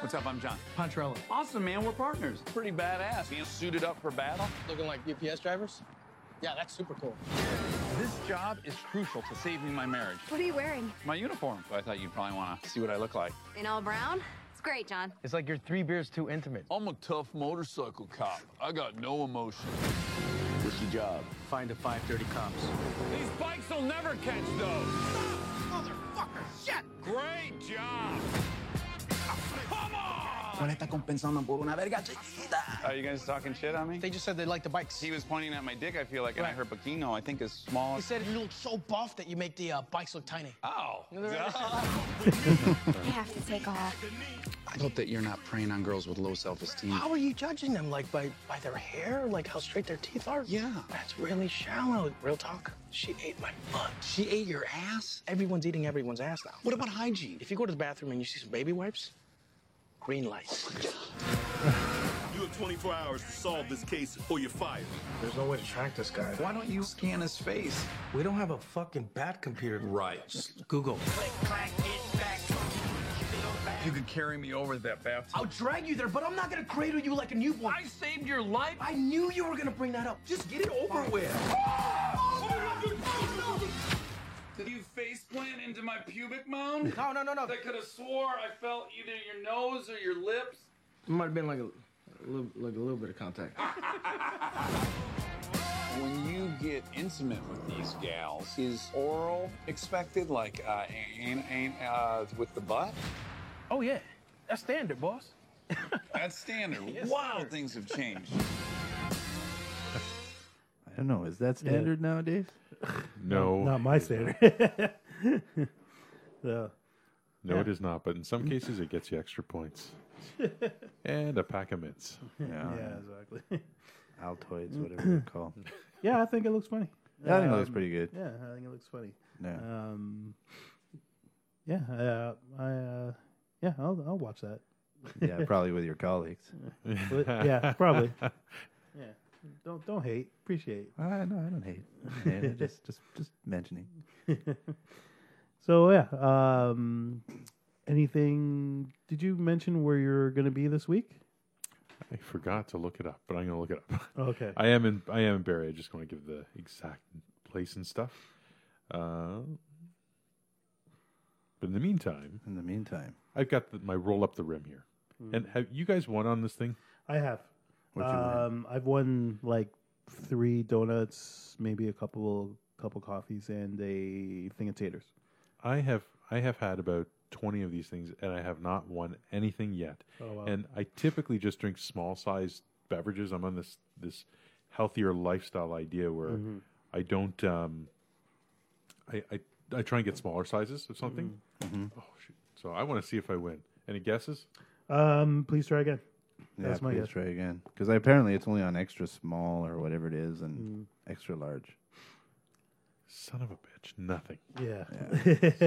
[SPEAKER 10] What's up? I'm John.
[SPEAKER 4] Pontrello.
[SPEAKER 10] Awesome, man. We're partners. Pretty badass. Being suited up for battle.
[SPEAKER 4] Looking like UPS drivers? Yeah, that's super cool.
[SPEAKER 10] This job is crucial to saving my marriage.
[SPEAKER 11] What are you wearing?
[SPEAKER 10] My uniform. I thought you'd probably want to see what I look like.
[SPEAKER 11] In all brown? It's great, John.
[SPEAKER 4] It's like you're three beers too intimate.
[SPEAKER 10] I'm a tough motorcycle cop. I got no emotion.
[SPEAKER 8] What's your job?
[SPEAKER 4] Find a 530 cops.
[SPEAKER 6] These bikes will never catch those.
[SPEAKER 7] Motherfucker, shit!
[SPEAKER 6] Great job. Come on.
[SPEAKER 7] ¿Cuál está compensando por una verga chiquita?
[SPEAKER 10] Are you guys talking shit on me?
[SPEAKER 4] They just said they like the bikes.
[SPEAKER 10] He was pointing at my dick, I feel like, and I
[SPEAKER 4] Right.
[SPEAKER 10] heard Bikino, I think, is small.
[SPEAKER 4] He said you look so buff that you make the uh, bikes look tiny.
[SPEAKER 10] Oh.
[SPEAKER 11] I have to take off.
[SPEAKER 10] I hope that you're not preying on girls with low self esteem.
[SPEAKER 4] How are you judging them? Like by, by their hair? Like how straight their teeth are?
[SPEAKER 10] Yeah.
[SPEAKER 4] That's really shallow. Real talk. She ate my butt.
[SPEAKER 10] She ate your ass?
[SPEAKER 4] Everyone's eating everyone's ass now.
[SPEAKER 10] What about hygiene?
[SPEAKER 4] If you go to the bathroom and you see some baby wipes, green light.
[SPEAKER 12] You have 24 hours to solve this case or you're fired.
[SPEAKER 4] There's no way to track this guy.
[SPEAKER 10] Why don't you scan his face?
[SPEAKER 4] We don't have a fucking bat computer.
[SPEAKER 12] Right.
[SPEAKER 4] Google.
[SPEAKER 10] You could carry me over to that bathtub.
[SPEAKER 4] I'll drag you there, but I'm not gonna cradle you like a newborn.
[SPEAKER 6] I saved your life.
[SPEAKER 4] I knew you were gonna bring that up. Just get it over with.
[SPEAKER 6] Did you face plant into my pubic mound?
[SPEAKER 4] No, no, no, no.
[SPEAKER 6] I could have swore I felt either your nose or your lips.
[SPEAKER 4] Might have been like a, little, like a little bit of contact.
[SPEAKER 10] When you get intimate with these gals, is oral expected, like uh, an, an, uh, with the butt?
[SPEAKER 4] Oh yeah, that's standard, boss.
[SPEAKER 10] That's standard. wow, things have changed.
[SPEAKER 2] I don't know. Is that standard nowadays?
[SPEAKER 1] No,
[SPEAKER 3] Not my standard. so,
[SPEAKER 1] no, it is not. But in some cases, it gets you extra points and a pack of mints.
[SPEAKER 2] Yeah.
[SPEAKER 3] yeah, exactly.
[SPEAKER 2] Altoids, whatever they're called.
[SPEAKER 3] yeah, I think it looks funny.
[SPEAKER 2] Yeah, Uh, I think it
[SPEAKER 3] Um,
[SPEAKER 2] looks pretty good.
[SPEAKER 3] Yeah, I think it looks funny.
[SPEAKER 2] Yeah.
[SPEAKER 3] Um, yeah, uh, I uh, yeah, I'll, I'll watch that.
[SPEAKER 2] yeah, probably with your colleagues.
[SPEAKER 3] But, yeah, probably. Yeah, don't don't hate, appreciate.
[SPEAKER 2] Uh, no, I don't hate. I don't hate it. just, just, just mentioning.
[SPEAKER 3] So yeah, um, anything? Did you mention where you're gonna be this week?
[SPEAKER 1] I forgot to look it up, but I'm going to look it up.
[SPEAKER 3] Okay.
[SPEAKER 1] I am in. I am in Barry. I just want to give the exact place and stuff. Uh, but in the meantime,
[SPEAKER 2] In the meantime,
[SPEAKER 1] I've got the, my roll up the rim here. And have you guys won on this thing?
[SPEAKER 3] I have.
[SPEAKER 2] what you win?
[SPEAKER 3] Um, I've won like three donuts, maybe a couple couple coffees, and a thing of taters.
[SPEAKER 1] I have. I have had about twenty of these things, and I have not won anything yet.
[SPEAKER 3] Oh, wow.
[SPEAKER 1] And I typically just drink small sized beverages. I'm on this this healthier lifestyle idea where
[SPEAKER 3] Mm-hmm.
[SPEAKER 1] I don't. Um, I, I I try and get smaller sizes of something.
[SPEAKER 3] Mm-hmm.
[SPEAKER 1] Oh shoot! So I want to see if I win. Any guesses?
[SPEAKER 3] Um, please try again.
[SPEAKER 2] Yeah,
[SPEAKER 3] That's my
[SPEAKER 2] please
[SPEAKER 3] guess.
[SPEAKER 2] try again. Because apparently it's only on extra small or whatever it is and extra large.
[SPEAKER 1] Son of a bitch! Nothing.
[SPEAKER 3] Yeah.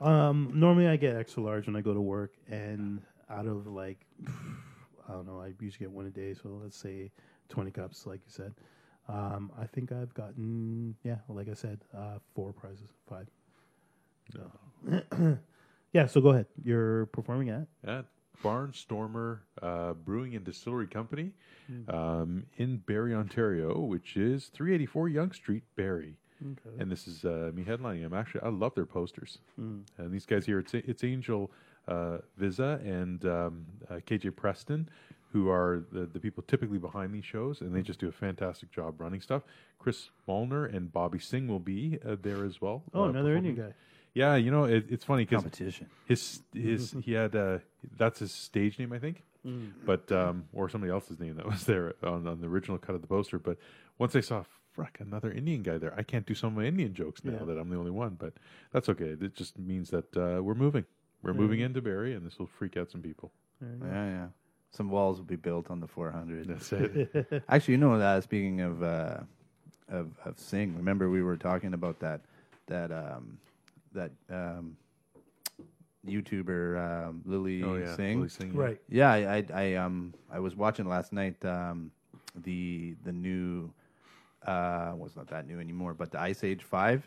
[SPEAKER 3] um, normally I get extra large when I go to work, and out of like, I don't know, I usually get one a day. So let's say twenty cups, like you said. Um, I think I've gotten yeah, like I said, uh, four prizes, five. So. yeah. So go ahead. You're performing at.
[SPEAKER 1] at Barnstormer uh, Brewing and Distillery Company
[SPEAKER 3] Hmm.
[SPEAKER 1] um, in Barrie, Ontario, which is 384 Young Street, Barrie. And this is uh, me headlining. I'm actually I love their posters.
[SPEAKER 3] Hmm.
[SPEAKER 1] And these guys here, it's it's Angel uh, Visa and um, uh, KJ Preston, who are the, the people typically behind these shows, and they just do a fantastic job running stuff. Chris Molnar and Bobby Singh will be uh, there as well.
[SPEAKER 3] Oh,
[SPEAKER 1] uh,
[SPEAKER 3] another Indian
[SPEAKER 1] performing.
[SPEAKER 3] guy.
[SPEAKER 1] Yeah, you know it, it's funny because
[SPEAKER 2] Competition.
[SPEAKER 1] his his he had uh that's his stage name I think, but um or somebody else's name that was there on, on the original cut of the poster. But once I saw frick another Indian guy there, I can't do some of my Indian jokes now
[SPEAKER 3] Yeah.
[SPEAKER 1] that I'm the only one. But that's okay. It just means that uh, we're moving. We're moving into Barrie, and this will freak out some people.
[SPEAKER 2] Yeah, yeah. Some walls will be built on the 400.
[SPEAKER 1] That's it.
[SPEAKER 2] Actually, you know that. Speaking of uh, of of Singh, remember we were talking about that that um, that um, YouTuber um, Lily
[SPEAKER 1] oh yeah,
[SPEAKER 2] Singh.
[SPEAKER 1] Lily Singh, yeah.
[SPEAKER 2] Yeah, I, I I um I was watching last night um the the new uh well it's not that new anymore but the Ice Age Five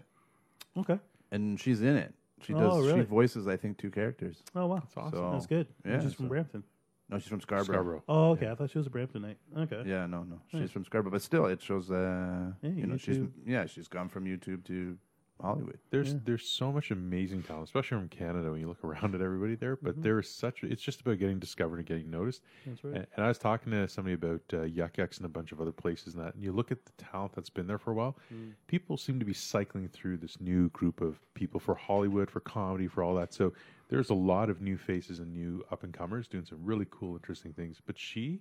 [SPEAKER 3] Okay.
[SPEAKER 2] and she's in it. She
[SPEAKER 3] Oh,
[SPEAKER 2] does. She
[SPEAKER 3] really?
[SPEAKER 2] voices, I think, two characters.
[SPEAKER 3] Oh, wow. That's awesome. That's good. And she's from Brampton.
[SPEAKER 2] No, she's from Scarborough.
[SPEAKER 3] Oh, okay. I thought she was a Bramptonite. Okay.
[SPEAKER 2] Yeah, no, no, she's
[SPEAKER 3] Right.
[SPEAKER 2] from Scarborough, but still, it shows. Uh,
[SPEAKER 3] Hmm. Yeah,
[SPEAKER 2] you know, she's
[SPEAKER 3] YouTube.
[SPEAKER 2] yeah, she's gone from YouTube to Hollywood.
[SPEAKER 1] There's there's so much amazing talent, especially from Canada when you look around at everybody there. But there is such it's just about getting discovered and getting noticed.
[SPEAKER 3] Mm-hmm. That's right.
[SPEAKER 1] And, and I was talking to somebody about uh, Yuck Yucks and a bunch of other places and that. And you look at the talent that's been there for a while.
[SPEAKER 3] Mm.
[SPEAKER 1] People seem to be cycling through this new group of people for Hollywood, for comedy, for all that. So there's a lot of new faces and new up and comers doing some really cool, interesting things. But she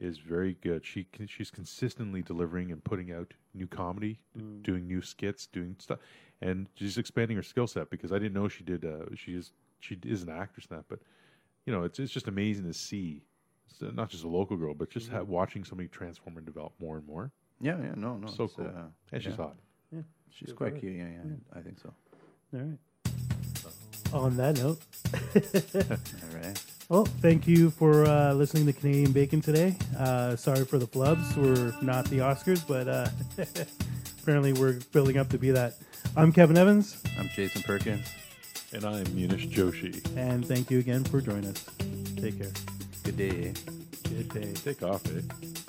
[SPEAKER 1] is very good. She can, she's consistently delivering and putting out new comedy,
[SPEAKER 3] Mm.
[SPEAKER 1] doing new skits, doing stuff, and she's expanding her skill set because I didn't know she did. Uh, she is she is an actress now, but you know it's it's just amazing to see, so not just a local girl, but just ha- watching somebody transform and develop more and more.
[SPEAKER 2] Yeah, yeah, no, no,
[SPEAKER 1] so
[SPEAKER 2] it's,
[SPEAKER 1] cool,
[SPEAKER 2] uh,
[SPEAKER 1] and she's
[SPEAKER 2] yeah.
[SPEAKER 1] hot.
[SPEAKER 3] Yeah.
[SPEAKER 2] She's
[SPEAKER 3] Good for
[SPEAKER 2] quite
[SPEAKER 3] her.
[SPEAKER 2] cute. Yeah, yeah, I think so.
[SPEAKER 3] All right. On that note.
[SPEAKER 2] All right.
[SPEAKER 3] Well, thank you for uh, listening to Canadian Bacon today. Uh, sorry for the flubs. We're not the Oscars, but uh, apparently we're building up to be that. I'm Kevin Evans,
[SPEAKER 2] I'm Jason Perkins,
[SPEAKER 1] and I'm Munish Joshi.
[SPEAKER 3] and thank you again for joining us. Take care.
[SPEAKER 2] Good day.
[SPEAKER 3] Good day.
[SPEAKER 1] Take off, eh?